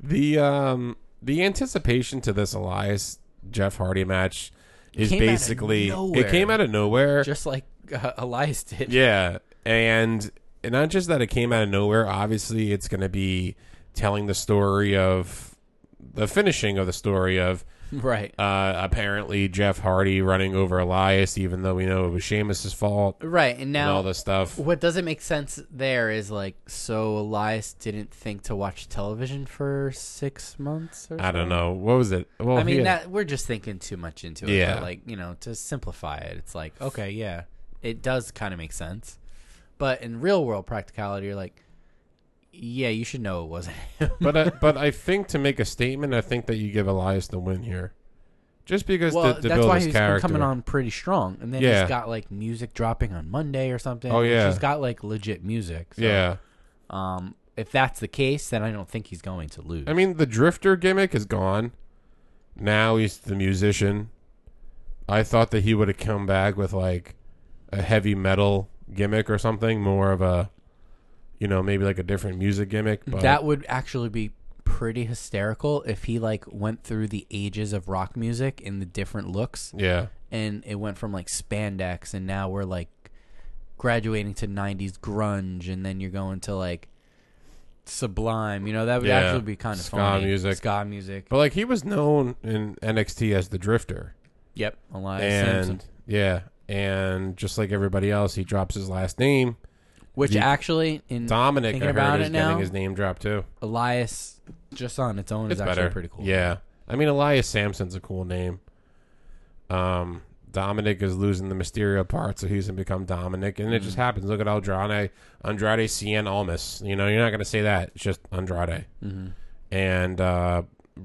Speaker 1: The um the anticipation to this Elias Jeff Hardy match is
Speaker 2: came out of
Speaker 1: basically
Speaker 2: nowhere.
Speaker 1: it came out of nowhere.
Speaker 2: Just like uh, Elias did.
Speaker 1: yeah, and and not just that it came out of nowhere. Obviously, it's going to be telling the story of the finishing of the story of
Speaker 2: Right.
Speaker 1: uh, apparently Jeff Hardy running over Elias, even though we know it was Sheamus's fault
Speaker 2: Right. And
Speaker 1: and all
Speaker 2: now,
Speaker 1: this stuff.
Speaker 2: what doesn't make sense there is like, so Elias didn't think to watch television for six months or
Speaker 1: I don't know what was it. Well,
Speaker 2: I mean,
Speaker 1: he had-
Speaker 2: that we're just thinking too much into it.
Speaker 1: Yeah.
Speaker 2: But like, you know, to simplify it, it's like, okay, yeah, it does kind of make sense. But in real world practicality, you're like, yeah, you should know it wasn't him.
Speaker 1: but I, but I think to make a statement, I think that you give Elias the win here, just because
Speaker 2: well,
Speaker 1: to, to
Speaker 2: that's
Speaker 1: build
Speaker 2: why
Speaker 1: his
Speaker 2: he's been
Speaker 1: character.
Speaker 2: coming on pretty strong. And then
Speaker 1: Yeah.
Speaker 2: he's got like music dropping on Monday or something.
Speaker 1: Oh, yeah.
Speaker 2: He's got like legit music. So,
Speaker 1: yeah,
Speaker 2: Um, if that's the case, then I don't think he's going to lose.
Speaker 1: I mean the drifter gimmick is gone. Now he's the musician. I thought that he would have come back with like a heavy metal gimmick or something, more of a, you know, maybe like a different music gimmick. But
Speaker 2: that would actually be pretty hysterical if he like went through the ages of rock music in the different looks
Speaker 1: yeah,
Speaker 2: and it went from like spandex and now we're like graduating to 90s grunge and then you're going to like sublime you know that would
Speaker 1: Yeah.
Speaker 2: actually be kind of
Speaker 1: Ska
Speaker 2: funny
Speaker 1: music.
Speaker 2: ska music
Speaker 1: but like he was known in NXT as the drifter.
Speaker 2: yep Elias
Speaker 1: and
Speaker 2: Samson
Speaker 1: yeah, and just like everybody else, he drops his last name.
Speaker 2: which
Speaker 1: the-
Speaker 2: actually in
Speaker 1: Dominic,
Speaker 2: Mm. Thinking
Speaker 1: I heard,
Speaker 2: about
Speaker 1: is
Speaker 2: it
Speaker 1: getting
Speaker 2: now?
Speaker 1: his name dropped too.
Speaker 2: Elias just on its own
Speaker 1: It's
Speaker 2: is actually
Speaker 1: better.
Speaker 2: pretty cool
Speaker 1: Yeah, I mean Elias Samson's a cool name. Um, Dominic is losing the Mysterio part, so he's gonna become Dominic, and it
Speaker 2: Mm.
Speaker 1: just happens. Look at Andrade, Andrade Cien Almas. You know, you're not gonna say that. It's just Andrade.
Speaker 2: Mm-hmm.
Speaker 1: And uh,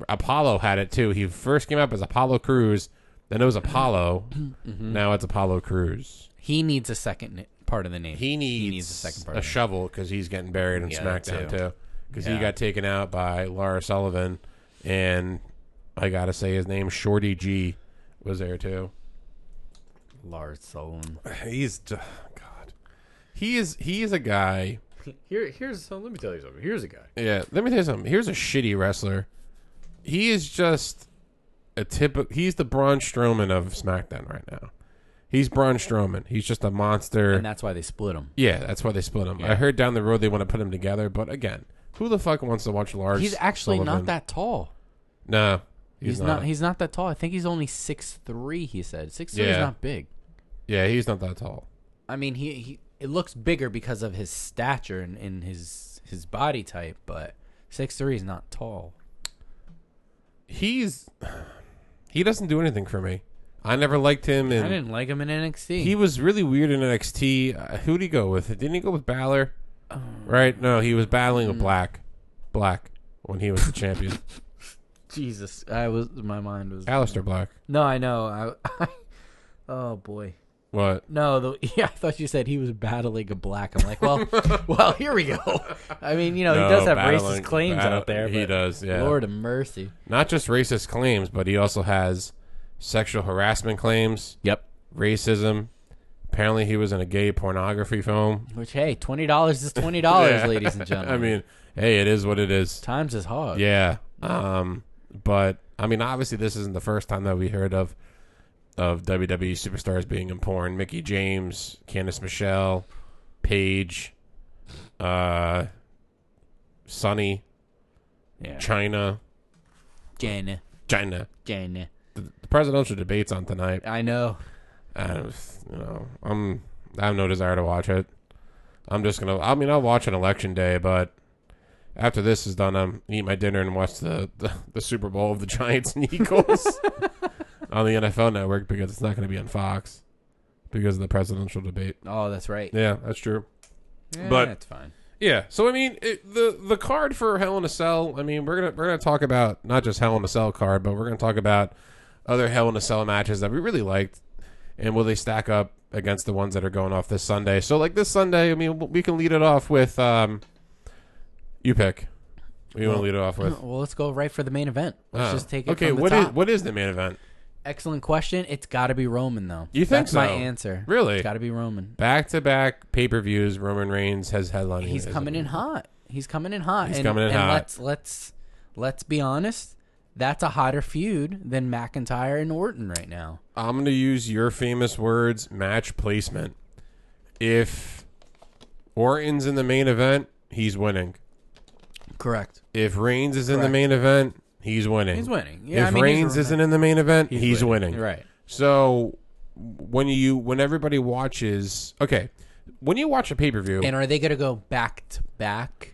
Speaker 1: Apollo had it too. He first came up as Apollo Cruz, then it was Apollo.
Speaker 2: Mm-hmm.
Speaker 1: Now it's Apollo Cruz.
Speaker 2: he needs a second ni- part of the name
Speaker 1: He needs,
Speaker 2: needs a second part
Speaker 1: a
Speaker 2: of that.
Speaker 1: shovel because he's getting buried in
Speaker 2: Yeah, that
Speaker 1: SmackDown
Speaker 2: too.
Speaker 1: too. Because
Speaker 2: Yeah.
Speaker 1: he got taken out by Laura Sullivan, and I gotta say his name Shorty G was there too.
Speaker 2: Lars Sullivan
Speaker 1: He's j- God. He is he is a guy.
Speaker 3: Here, here's so let me tell you something. Here's a guy.
Speaker 1: Yeah, let me tell you something. Here's a shitty wrestler. He is just a typical. He's the Braun Strowman of SmackDown right now. He's Braun Strowman. He's just a monster.
Speaker 2: and that's why they split him
Speaker 1: Yeah, that's why they split them. I heard down the road they want to put them together, but again, who the fuck wants to watch Lars?
Speaker 2: he's actually
Speaker 1: Sullivan?
Speaker 2: not that tall
Speaker 1: No, he's,
Speaker 2: he's,
Speaker 1: not.
Speaker 2: not. he's not that tall I think he's only six three he said six three is
Speaker 1: Yeah.
Speaker 2: not big
Speaker 1: yeah, he's not that tall.
Speaker 2: I mean, he, he it looks bigger because of his stature and, and his his body type, but six three is not tall.
Speaker 1: He's he doesn't do anything for me. I never liked him,
Speaker 2: I
Speaker 1: and
Speaker 2: didn't like him in NXT.
Speaker 1: he was really weird in NXT. Uh, who'd he go with? Didn't he go with Balor?
Speaker 2: Um,
Speaker 1: right? No, he was battling
Speaker 2: hmm.
Speaker 1: with Black, Black when he was the champion,
Speaker 2: Jesus, I was my mind was
Speaker 1: Alistair Black.
Speaker 2: no, I know. I, oh boy,
Speaker 1: What?
Speaker 2: no, the, yeah, I thought you said he was battling a black. I'm like, well, well, here we go. I mean, you know,
Speaker 1: No,
Speaker 2: he does have
Speaker 1: battling-
Speaker 2: racist claims
Speaker 1: battle-
Speaker 2: out there.
Speaker 1: He
Speaker 2: but
Speaker 1: does. Yeah.
Speaker 2: Lord of mercy.
Speaker 1: Not just racist claims, but he also has sexual harassment claims.
Speaker 2: Yep.
Speaker 1: racism. Apparently, he was in a gay pornography film.
Speaker 2: Which hey, twenty dollars is twenty dollars,
Speaker 1: Yeah.
Speaker 2: ladies and gentlemen.
Speaker 1: I mean, hey, it is what it is.
Speaker 2: times is hard.
Speaker 1: Yeah. Um, but I mean, obviously, this isn't the first time that we heard of of WWE superstars being in porn. Mickey James, Candice Michelle, Paige, uh, Sunny,
Speaker 2: yeah.
Speaker 1: China,
Speaker 2: Jenna,
Speaker 1: China.
Speaker 2: Jenna.
Speaker 1: The presidential debates on tonight.
Speaker 2: I know.
Speaker 1: I don't, you know, I'm I have no desire to watch it. I'm just gonna. I mean, I'll watch an election day, but after this is done, I'm eat my dinner and watch the the, the Super Bowl of the Giants and Eagles on the NFL Network because it's not going to be on Fox because of the presidential debate.
Speaker 2: Oh, that's right.
Speaker 1: Yeah, that's true.
Speaker 2: Yeah,
Speaker 1: But-
Speaker 2: that's fine.
Speaker 1: Yeah. So I mean, it, the the card for Hell in a Cell. I mean, we're gonna we're gonna talk about not just Hell in a Cell card, but we're gonna talk about other Hell in a Cell matches that we really liked, and will they stack up against the ones that are going off this Sunday? So like this Sunday, I mean, we can lead it off with um, you pick. We want to lead it off with.
Speaker 2: Well, let's go right for the main event. Let's
Speaker 1: Oh.
Speaker 2: just take it
Speaker 1: okay,
Speaker 2: from the
Speaker 1: what is-
Speaker 2: top.
Speaker 1: what is the main event?
Speaker 2: Excellent question. It's got to be Roman though.
Speaker 1: You think
Speaker 2: That's my
Speaker 1: so?
Speaker 2: answer.
Speaker 1: Really?
Speaker 2: It's got to be Roman.
Speaker 1: Back to back pay per views. Roman Reigns has headlining.
Speaker 2: He's coming in hot. He's coming in hot.
Speaker 1: He's
Speaker 2: and,
Speaker 1: coming in
Speaker 2: and
Speaker 1: hot.
Speaker 2: Let's let's let's be honest. That's a hotter feud than McIntyre and Orton right now.
Speaker 1: I'm going to use your famous words match placement. If Orton's in the main event, he's winning.
Speaker 2: Correct.
Speaker 1: If Reigns is in the
Speaker 2: Correct.
Speaker 1: main event, he's winning.
Speaker 2: He's winning.
Speaker 1: if
Speaker 2: Yeah, I mean, he's
Speaker 1: Reigns
Speaker 2: winning.
Speaker 1: isn't in the main event, he's, winning.
Speaker 2: Right.
Speaker 1: So when you when everybody watches, okay, when you watch a pay per view,
Speaker 2: And are they going to go back to back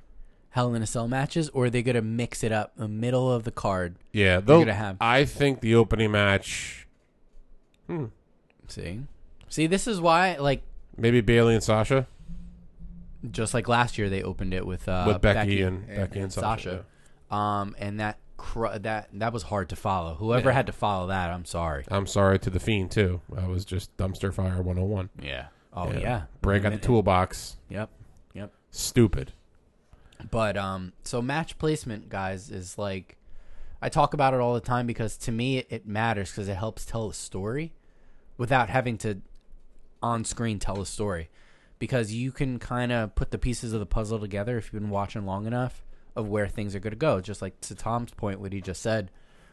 Speaker 2: Hell in a Cell matches, or are they going to mix it up the middle of the card?
Speaker 1: yeah, though
Speaker 2: gonna have-
Speaker 1: I think the opening match,
Speaker 2: See, see, this is why, like,
Speaker 1: maybe Bailey and Sasha
Speaker 2: just like last year, they opened it with uh,
Speaker 1: with Becky, and Becky and, Sasha.
Speaker 2: Sasha, um, and that cr- that that was hard to follow. Whoever had to follow that, I'm sorry.
Speaker 1: I'm sorry to the fiend too. I was just dumpster fire 101.
Speaker 2: Yeah. Oh yeah.
Speaker 1: break out the toolbox.
Speaker 2: Yep. Yep.
Speaker 1: Stupid.
Speaker 2: But um, so match placement, guys, is like I talk about it all the time because to me it, it matters because it helps tell a story without having to on screen tell a story because you can kind of put the pieces of the puzzle together if you've been watching long enough of where things are going to go. Just like to Tom's point, what he just said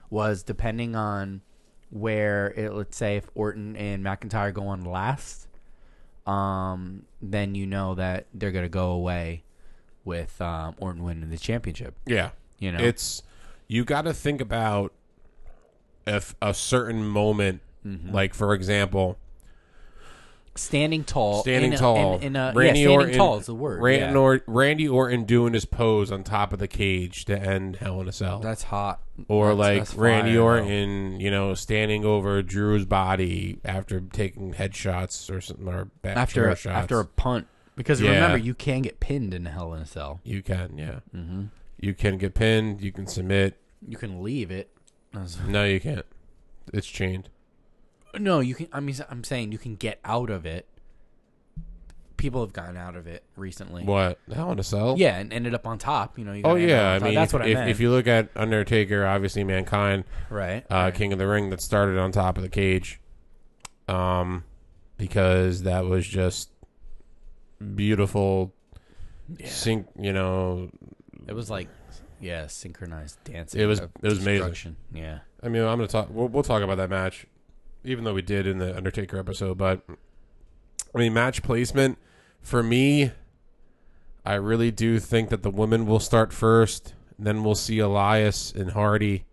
Speaker 2: was depending on where it, let's say if Orton and McIntyre go on last, um, then you know that they're going to go away with um, Orton winning the championship.
Speaker 1: Yeah.
Speaker 2: You know,
Speaker 1: It's you got to think about if a certain moment,
Speaker 2: Mm-hmm.
Speaker 1: like for example,
Speaker 2: standing tall,
Speaker 1: standing
Speaker 2: Oh, in a,
Speaker 1: tall,
Speaker 2: in, in a,
Speaker 1: Randy
Speaker 2: yeah, standing
Speaker 1: Orton,
Speaker 2: tall is the word.
Speaker 1: Randy,
Speaker 2: yeah.
Speaker 1: Or- Randy Orton doing his pose on top of the cage to end Hell in a Cell,
Speaker 2: That's hot.
Speaker 1: or
Speaker 2: That's-
Speaker 1: like
Speaker 2: that's fire,
Speaker 1: Randy
Speaker 2: though.
Speaker 1: Orton, you know, standing over Drew's body after taking headshots or something or back
Speaker 2: after
Speaker 1: chair
Speaker 2: a,
Speaker 1: shots.
Speaker 2: after a punt. Because
Speaker 1: Yeah.
Speaker 2: remember, you can get pinned in a Hell in a Cell.
Speaker 1: you can, yeah, mm-hmm. you can get pinned, you can submit.
Speaker 2: You can leave it.
Speaker 1: No, you can't. It's chained.
Speaker 2: No, you can. I mean, I'm saying you can get out of it. People have gotten out of it recently.
Speaker 1: What Hell in a Cell?
Speaker 2: Yeah, and ended up on top. You know. You
Speaker 1: Oh
Speaker 2: gotta end up
Speaker 1: yeah,
Speaker 2: on
Speaker 1: I
Speaker 2: top.
Speaker 1: mean,
Speaker 2: that's
Speaker 1: if,
Speaker 2: what I
Speaker 1: if,
Speaker 2: meant.
Speaker 1: if you look at Undertaker, obviously mankind,
Speaker 2: right.
Speaker 1: uh, King of the Ring, that started on top of the cage, um, because that was just beautiful. Sync, you know,
Speaker 2: It was like, yeah, synchronized dancing.
Speaker 1: it was
Speaker 2: of
Speaker 1: it was amazing.
Speaker 2: destruction. Yeah.
Speaker 1: I mean, I'm gonna talk. We'll, we'll talk about that match, even though we did in the Undertaker episode. But I mean, match placement for me, I really do think that the women will start first. Then we'll see Elias and Hardy.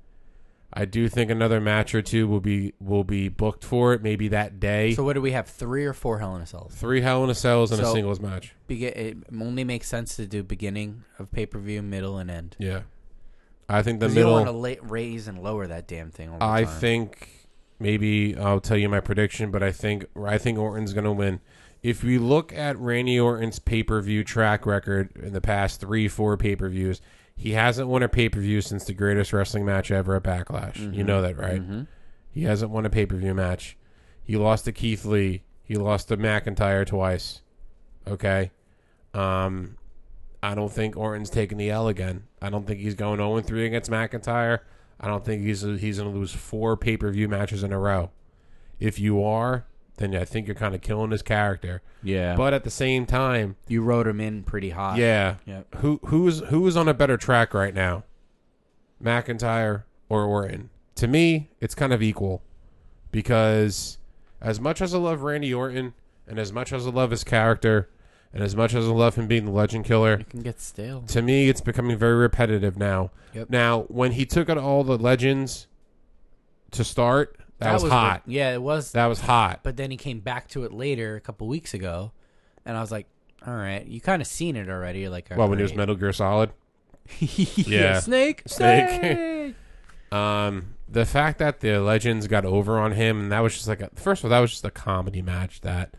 Speaker 1: I do think another match or two will be will be booked for it. Maybe that day.
Speaker 2: So what do we have? Three or four Hell in a Cells?
Speaker 1: Three Hell in a Cells and a
Speaker 2: So-
Speaker 1: singles match.
Speaker 2: Begi- it only makes sense to do beginning of pay per view, middle, and end.
Speaker 1: Yeah, I think the
Speaker 2: 'Cause you don't
Speaker 1: middle.
Speaker 2: want to la- raise and lower that damn thing. All the
Speaker 1: I
Speaker 2: time.
Speaker 1: think maybe I'll tell you my prediction, but I think I think Orton's going to win. If we look at Randy Orton's pay per view track record in the past three, four pay per views, he hasn't won a pay per view since the greatest wrestling match ever at Backlash. You
Speaker 2: Mm-hmm.
Speaker 1: know that, right? He hasn't won a pay per view match. He lost to Keith Lee. He lost to McIntyre twice. Okay. Um, I don't think Orton's taking the L again. I don't think he's going 0 3 against McIntyre. I don't think he's he's going to lose four pay per view matches in a row. If you are, then I think you're kind of killing his character.
Speaker 2: Yeah, but
Speaker 1: But at the same time,
Speaker 2: you wrote him in pretty hot.
Speaker 1: yeah,
Speaker 2: Yep.
Speaker 1: who who's who's on a better track right now, McIntyre or Orton? To me, it's kind of equal because as much as I love Randy Orton and as much as I love his character and as much as I love him being the legend killer,
Speaker 2: it can get stale.
Speaker 1: to me it's becoming very repetitive now
Speaker 2: Yep.
Speaker 1: now when he took out all the legends to start that, was, hot
Speaker 2: what- yeah, it was.
Speaker 1: that was hot
Speaker 2: but then he came back to it later a couple weeks ago, and I was like, "All right, you kind of seen it already." You're like,
Speaker 1: well when he was
Speaker 2: "Alright."
Speaker 1: metal gear solid Yeah.
Speaker 2: yeah, snake,
Speaker 1: Snake.
Speaker 2: snake.
Speaker 1: um the fact that the legends got over on him and that was just like a, first of all that was just a comedy match that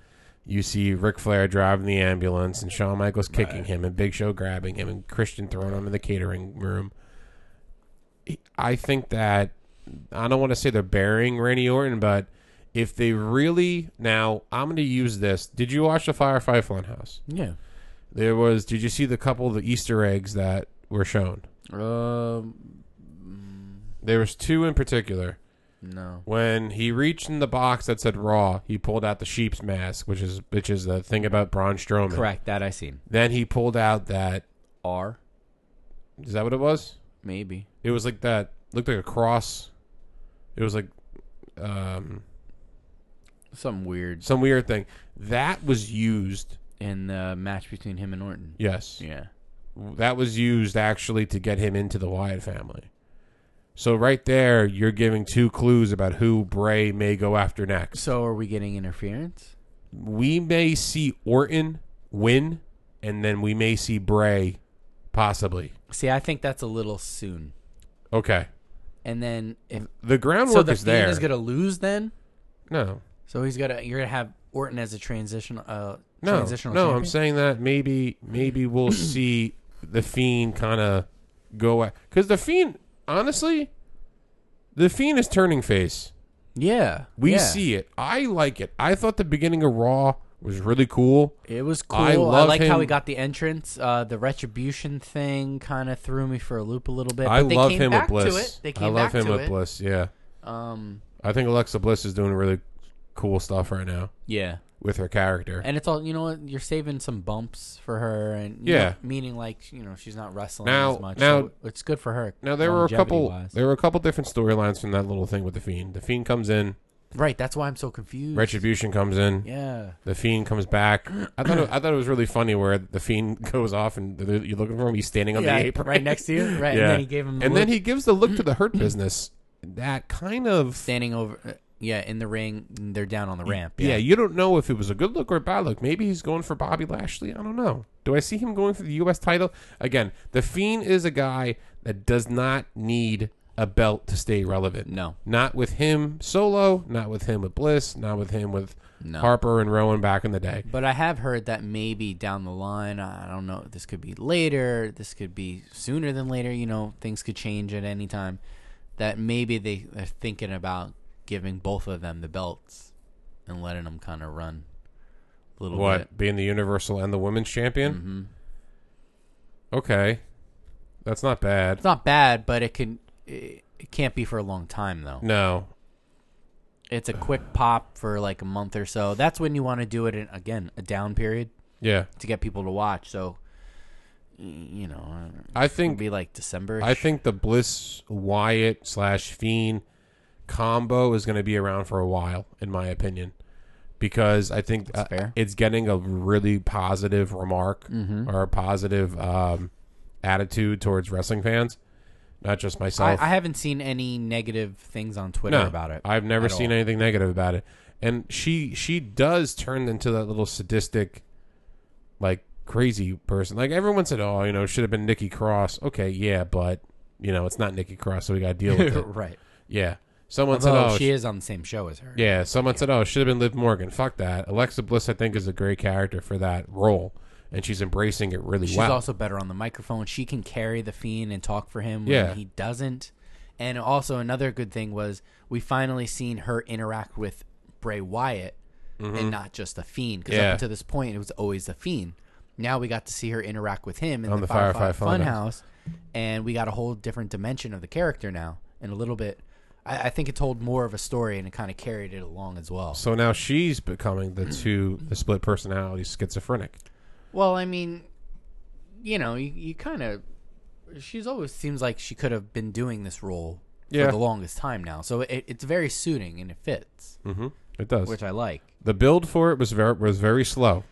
Speaker 1: you see Ric Flair driving the ambulance and Shawn Michaels kicking him and Big Show grabbing him and Christian throwing him in the catering room. I think that I don't want to say they're burying Randy Orton, but if they really now, I'm going to use this. Did you watch the Firefly Funhouse?
Speaker 2: yeah.
Speaker 1: There was. Did you see the couple of the Easter eggs that were shown?
Speaker 2: Um.
Speaker 1: There was two in particular.
Speaker 2: No.
Speaker 1: When he reached in the box that said Raw, he pulled out the sheep's mask, which is which is the thing about Braun Strowman.
Speaker 2: Correct. That I seen.
Speaker 1: Then he pulled out that.
Speaker 2: R.
Speaker 1: Is that what it was?
Speaker 2: Maybe.
Speaker 1: It was like that. Looked like a cross. It was like um,
Speaker 2: Something weird
Speaker 1: some weird thing that was used.
Speaker 2: in the match between him and Orton.
Speaker 1: Yes,
Speaker 2: Yeah.
Speaker 1: that was used actually to get him into the Wyatt family. So right there, you're giving two clues about who Bray may go after next.
Speaker 2: So are we getting interference?
Speaker 1: we may see Orton win, and then we may see Bray, possibly.
Speaker 2: See, I think that's a little soon.
Speaker 1: Okay,
Speaker 2: And then if
Speaker 1: the
Speaker 2: so,
Speaker 1: groundwork
Speaker 2: the
Speaker 1: is
Speaker 2: Fiend
Speaker 1: there.
Speaker 2: is gonna lose then.
Speaker 1: no,
Speaker 2: So he's gonna you're gonna have Orton as a transitional uh
Speaker 1: no, no.
Speaker 2: transitional
Speaker 1: I'm
Speaker 2: champion?
Speaker 1: saying that maybe maybe we'll see the Fiend kind of go because the Fiend, honestly, the Fiend is turning face.
Speaker 2: yeah
Speaker 1: We
Speaker 2: yeah.
Speaker 1: see it. I like it. I thought the beginning of Raw was really cool.
Speaker 2: it was cool
Speaker 1: I
Speaker 2: I,
Speaker 1: love
Speaker 2: like how
Speaker 1: him.
Speaker 2: he got the entrance uh the retribution thing kind of threw me for a loop a little bit
Speaker 1: I
Speaker 2: but they
Speaker 1: love
Speaker 2: came
Speaker 1: him with
Speaker 2: back
Speaker 1: Bliss.
Speaker 2: to it they came
Speaker 1: I love
Speaker 2: back
Speaker 1: him
Speaker 2: to
Speaker 1: with
Speaker 2: it
Speaker 1: Bliss. Yeah,
Speaker 2: um
Speaker 1: I think Alexa Bliss is doing really cool stuff right now.
Speaker 2: yeah
Speaker 1: with her character.
Speaker 2: and it's all you know what you're saving some bumps for her and you
Speaker 1: Yeah.
Speaker 2: know, meaning like you know she's not wrestling
Speaker 1: Now-
Speaker 2: as much
Speaker 1: now-
Speaker 2: so it's good for her
Speaker 1: now there were a couple
Speaker 2: longevity-wise.
Speaker 1: there were a couple different storylines from that little thing with the fiend. The fiend comes in,
Speaker 2: right that's why I'm so confused
Speaker 1: retribution comes in,
Speaker 2: yeah
Speaker 1: the fiend comes back. I thought it, I thought it was really funny where the fiend goes off and they're- you're looking for him. He's standing on
Speaker 2: yeah
Speaker 1: the apron
Speaker 2: right next to you right and
Speaker 1: Yeah.
Speaker 2: then he gave him the
Speaker 1: and then
Speaker 2: look.
Speaker 1: he gives the look to the hurt business. That kind of
Speaker 2: standing over uh, yeah in the ring and they're down on the ramp
Speaker 1: yeah. you don't know if it was a good look or a bad look. Maybe he's going for Bobby Lashley. I don't know. Do I see him going for the U.S. title again? The fiend is a guy that does not need a belt to stay relevant.
Speaker 2: no
Speaker 1: Not with him solo, not with him with Bliss, not with him with
Speaker 2: no
Speaker 1: Harper and Rowan back in the day.
Speaker 2: but i have heard that maybe down the line i don't know this could be later this could be sooner than later you know things could change at any time that maybe they are thinking about giving both of them the belts and letting them kind of run a little
Speaker 1: What?
Speaker 2: bit
Speaker 1: Being the Universal and the Women's Champion? Mm-hmm. Okay. That's not bad.
Speaker 2: it's not bad but it can it, it can't be for a long time though
Speaker 1: No.
Speaker 2: it's a quick pop for like a month or so that's when you want to do it in, again a down period
Speaker 1: Yeah.
Speaker 2: to get people to watch. So, y- you know,
Speaker 1: I
Speaker 2: it'd
Speaker 1: think
Speaker 2: be like December.
Speaker 1: I think the Bliss Wyatt slash Fiend combo is going to be around for a while, in my opinion, because I think uh,
Speaker 2: fair.
Speaker 1: it's getting a really positive remark
Speaker 2: Mm-hmm.
Speaker 1: or a positive um, attitude towards wrestling fans, not just myself.
Speaker 2: I, I haven't seen any negative things on Twitter
Speaker 1: no,
Speaker 2: about it.
Speaker 1: I've never
Speaker 2: at
Speaker 1: seen
Speaker 2: all.
Speaker 1: anything negative about it, and she she does turn into that little sadistic, like crazy person. Like everyone said, oh, you know, should have been Nikki Cross. Okay, yeah, but. You know, it's not Nikki Cross, so we got to deal with it.
Speaker 2: right.
Speaker 1: Yeah. Someone
Speaker 2: Although
Speaker 1: said, oh,
Speaker 2: she
Speaker 1: sh-
Speaker 2: is on the same show as her.
Speaker 1: yeah. Someone said, oh, it should have been Liv Morgan. Fuck that. Alexa Bliss, I think, is a great character for that role, and she's embracing it really
Speaker 2: She's
Speaker 1: well.
Speaker 2: also better on the microphone. She can carry the fiend and talk for him when
Speaker 1: Yeah.
Speaker 2: he doesn't. And also another good thing was we finally seen her interact with Bray Wyatt and not just the fiend. Because
Speaker 1: Mm-hmm. Yeah.
Speaker 2: up until this point, it was always the fiend. Now we got to see her interact with him in
Speaker 1: On
Speaker 2: the,
Speaker 1: the
Speaker 2: Firefly,
Speaker 1: Firefly
Speaker 2: Funhouse, and we got a whole different dimension of the character now. And a little bit, I, I think it told more of a story and it kind of carried it along as well.
Speaker 1: so now she's becoming the two, the split personality schizophrenic.
Speaker 2: Well, I mean, you know, you, you kind of. She's always seems like she could have been doing this role
Speaker 1: Yeah.
Speaker 2: for the longest time now, so it, it's very suiting and it fits,
Speaker 1: Mm-hmm. It does.
Speaker 2: which I like.
Speaker 1: the build for it was very was very slow.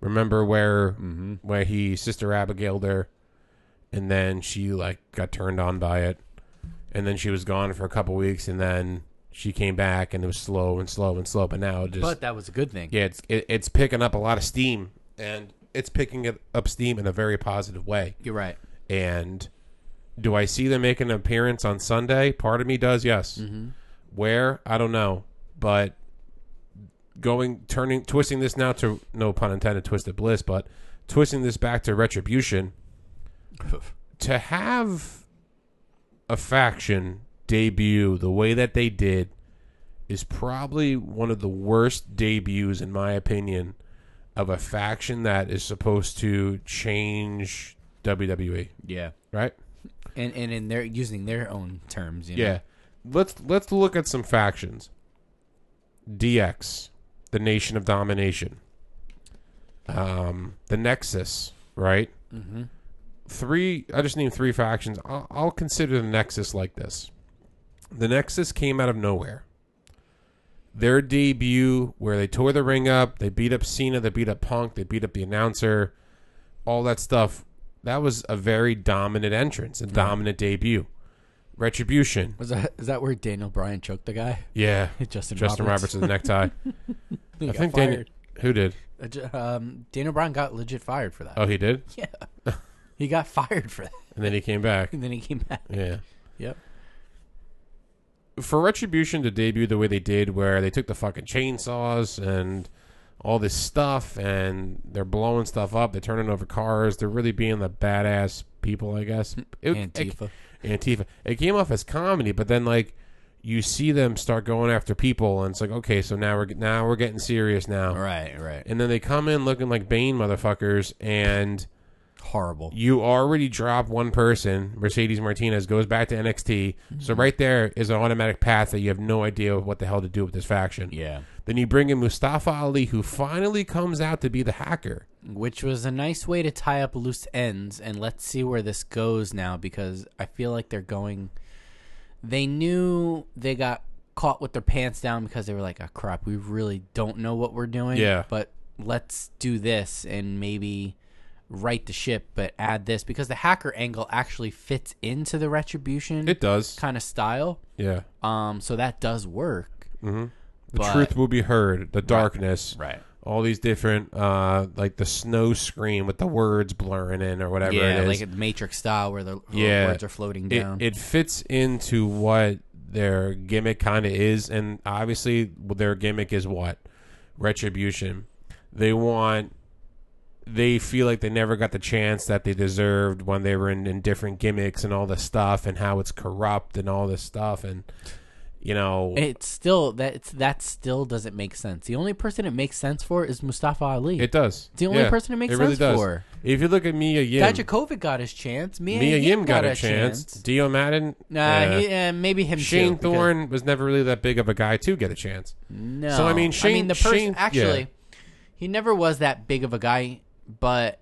Speaker 1: Remember where
Speaker 2: Mm-hmm.
Speaker 1: where he Sister Abigail there, and then she like got turned on by it, and then she was gone for a couple weeks, and then she came back, and it was slow and slow and slow. But now it just
Speaker 2: But that was a good thing.
Speaker 1: yeah, it's it, it's picking up a lot of steam, and it's picking it up steam in a very positive way.
Speaker 2: You're right.
Speaker 1: And do I see them making an appearance on Sunday? Part of me does, yes. Where I don't know, but going turning twisting this now to no pun intended twisted bliss, but twisting this back to retribution to have a faction debut the way that they did is probably one of the worst debuts in my opinion of a faction that is supposed to change E. WWE,
Speaker 2: yeah,
Speaker 1: right?
Speaker 2: and and in they're using their own terms. You know?
Speaker 1: Yeah. let's let's look at some factions. DX, the Nation of Domination, um, the Nexus, right?
Speaker 2: Mm-hmm.
Speaker 1: Three. I just named three factions. I'll, I'll consider the Nexus like this. The Nexus came out of nowhere. Their debut, where they tore the ring up, they beat up Cena, they beat up Punk, they beat up the announcer, all that stuff. That was a very dominant entrance, a
Speaker 2: Mm-hmm.
Speaker 1: dominant debut. Retribution,
Speaker 2: Was that is that where Daniel Bryan choked the guy?
Speaker 1: yeah,
Speaker 2: Justin
Speaker 1: Justin Roberts
Speaker 2: Roberts.
Speaker 1: with the necktie. I think Daniel. Who did?
Speaker 2: Daniel, um, Daniel Bryan got legit fired for that.
Speaker 1: Oh, he did,
Speaker 2: Yeah, he got fired for that,
Speaker 1: and then he came back.
Speaker 2: and then he came back.
Speaker 1: Yeah.
Speaker 2: Yep.
Speaker 1: For Retribution to debut the way they did, where they took the fucking chainsaws and all this stuff, and they're blowing stuff up, they're turning over cars, they're really being the badass people, I guess. It- it-
Speaker 2: Antifa.
Speaker 1: Antifa. It came off as comedy, but then like you see them start going after people, and it's like, okay, so now we're now we're getting serious now.
Speaker 2: Right, right.
Speaker 1: And then they come in looking like Bane motherfuckers, and
Speaker 2: Horrible.
Speaker 1: you already drop one person. Mercedes Martinez goes back to NXT, so
Speaker 2: Mm-hmm.
Speaker 1: right there is an automatic path that you have no idea what the hell to do with this faction.
Speaker 2: Yeah.
Speaker 1: Then you bring in Mustafa Ali, who finally comes out to be the hacker.
Speaker 2: Which was a nice way to tie up loose ends, and let's see where this goes now because I feel like they're going. They knew they got caught with their pants down because they were like, oh crap, we really don't know what we're doing.
Speaker 1: Yeah.
Speaker 2: But let's do this and maybe right the ship, but add this because the hacker angle actually fits into the retribution
Speaker 1: It does,
Speaker 2: kind of style.
Speaker 1: yeah.
Speaker 2: Um, so that does work.
Speaker 1: Mm-hmm. The
Speaker 2: But-
Speaker 1: truth will be heard. The darkness,
Speaker 2: Right.
Speaker 1: all these different, uh, like the snow screen with the words blurring in or whatever
Speaker 2: Yeah,
Speaker 1: it is.
Speaker 2: like the Matrix style where the
Speaker 1: Yeah.
Speaker 2: words are floating
Speaker 1: it,
Speaker 2: down.
Speaker 1: it fits into what their gimmick kind of is and obviously their gimmick is what retribution they want they feel like they never got the chance that they deserved when they were in, in different gimmicks and all this stuff and how it's corrupt and all this stuff and you know
Speaker 2: It's still that it's, that still doesn't make sense. The only person it makes sense for is Mustafa Ali.
Speaker 1: it does
Speaker 2: It's the only person it makes
Speaker 1: really
Speaker 2: sense
Speaker 1: does.
Speaker 2: for.
Speaker 1: if you look at mia yim
Speaker 2: Dijakovic got his chance. Mia,
Speaker 1: mia
Speaker 2: Yim,
Speaker 1: got, a chance, dio madden
Speaker 2: Nah,
Speaker 1: eh.
Speaker 2: he, uh, maybe him.
Speaker 1: Shane
Speaker 2: too, because-
Speaker 1: Thorne was never really that big of a guy to get a chance.
Speaker 2: No.
Speaker 1: So, I mean,
Speaker 2: I
Speaker 1: Shane-
Speaker 2: mean the person
Speaker 1: Shane-
Speaker 2: actually,
Speaker 1: yeah.
Speaker 2: he never was that big of a guy, but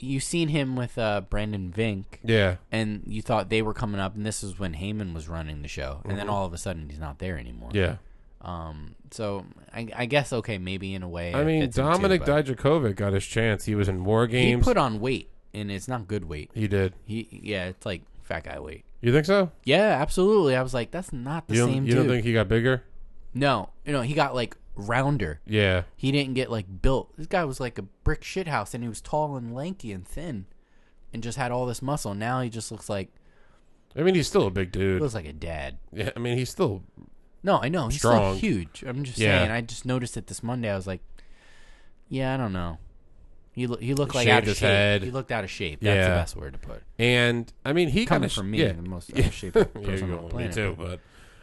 Speaker 2: you seen him with uh, Brandon Vink,
Speaker 1: Yeah.
Speaker 2: and you thought they were coming up, and this is when Heyman was running the show, and then all of a sudden he's not there anymore.
Speaker 1: Mm-hmm. Yeah.
Speaker 2: Um. So I, I guess okay, maybe in a way.
Speaker 1: I
Speaker 2: it
Speaker 1: mean,
Speaker 2: fits him too,
Speaker 1: Dominic
Speaker 2: but-
Speaker 1: Dijakovic got his chance. He was in War
Speaker 2: He
Speaker 1: Games. He,
Speaker 2: put on weight, and it's not good weight.
Speaker 1: did.
Speaker 2: He yeah, it's like fat guy weight.
Speaker 1: You think so?
Speaker 2: Yeah, absolutely. I was like, that's not the
Speaker 1: You don't,
Speaker 2: same
Speaker 1: you
Speaker 2: dude.
Speaker 1: don't think he got bigger?
Speaker 2: no, you know, he got like rounder.
Speaker 1: Yeah.
Speaker 2: He didn't get like built. This guy was like a brick shit house, and he was tall and lanky and thin, and just had all this muscle. Now he just looks like
Speaker 1: I mean, he's still a big dude.
Speaker 2: looks like a dad.
Speaker 1: Yeah, I mean, he's still.
Speaker 2: No, I know he's
Speaker 1: Strong.
Speaker 2: still huge. I'm just
Speaker 1: Yeah.
Speaker 2: saying. I just noticed it this Monday. I was like, yeah, I don't know. He lo- he looked like
Speaker 1: Shaved
Speaker 2: out of
Speaker 1: his
Speaker 2: shape.
Speaker 1: head.
Speaker 2: He looked out of shape. That's the
Speaker 1: Yeah.
Speaker 2: best word to put.
Speaker 1: And, I mean, he kind
Speaker 2: Coming
Speaker 1: of.
Speaker 2: from me,
Speaker 1: Yeah.
Speaker 2: the most out
Speaker 1: Yeah.
Speaker 2: of shape person
Speaker 1: Yeah, you
Speaker 2: on the
Speaker 1: go, me
Speaker 2: planet.
Speaker 1: too. But,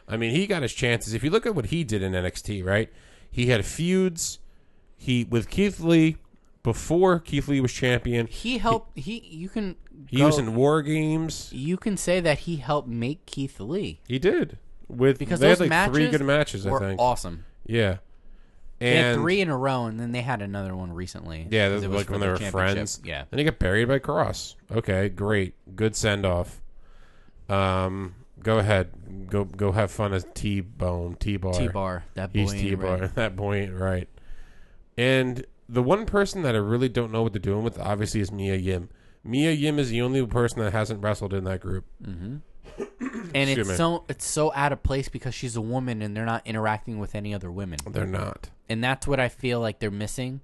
Speaker 1: I mean, he got his chances. If you look at what he did in NXT, right? He had feuds. He, with Keith Lee, before Keith Lee was champion,
Speaker 2: He helped. He you can
Speaker 1: he
Speaker 2: go-
Speaker 1: was in War Games.
Speaker 2: You can say that he helped make Keith Lee
Speaker 1: He did with
Speaker 2: because
Speaker 1: they
Speaker 2: those
Speaker 1: had like
Speaker 2: matches
Speaker 1: three good matches. I
Speaker 2: were
Speaker 1: think.
Speaker 2: awesome.
Speaker 1: Yeah,
Speaker 2: They
Speaker 1: and
Speaker 2: had three in a row, and then they had another one recently.
Speaker 1: yeah,
Speaker 2: because
Speaker 1: that
Speaker 2: it
Speaker 1: was like
Speaker 2: for
Speaker 1: when
Speaker 2: the
Speaker 1: they were
Speaker 2: championship.
Speaker 1: friends.
Speaker 2: Yeah,
Speaker 1: Then he got buried by Cross. Okay, great, good send off. Um, go ahead, go go have fun as T Bone T Bar.
Speaker 2: T Bar that boy.
Speaker 1: He's
Speaker 2: ain't
Speaker 1: T Bar.
Speaker 2: right.
Speaker 1: That boy ain't right. And the one person that I really don't know what they're doing with, obviously, is Mia Yim. Mia Yim is the only person that hasn't wrestled in that group.
Speaker 2: and
Speaker 1: Excuse
Speaker 2: it's
Speaker 1: me.
Speaker 2: so it's so out of place because she's a woman and they're not interacting with any other women,
Speaker 1: They're not.
Speaker 2: and that's what I feel like they're missing.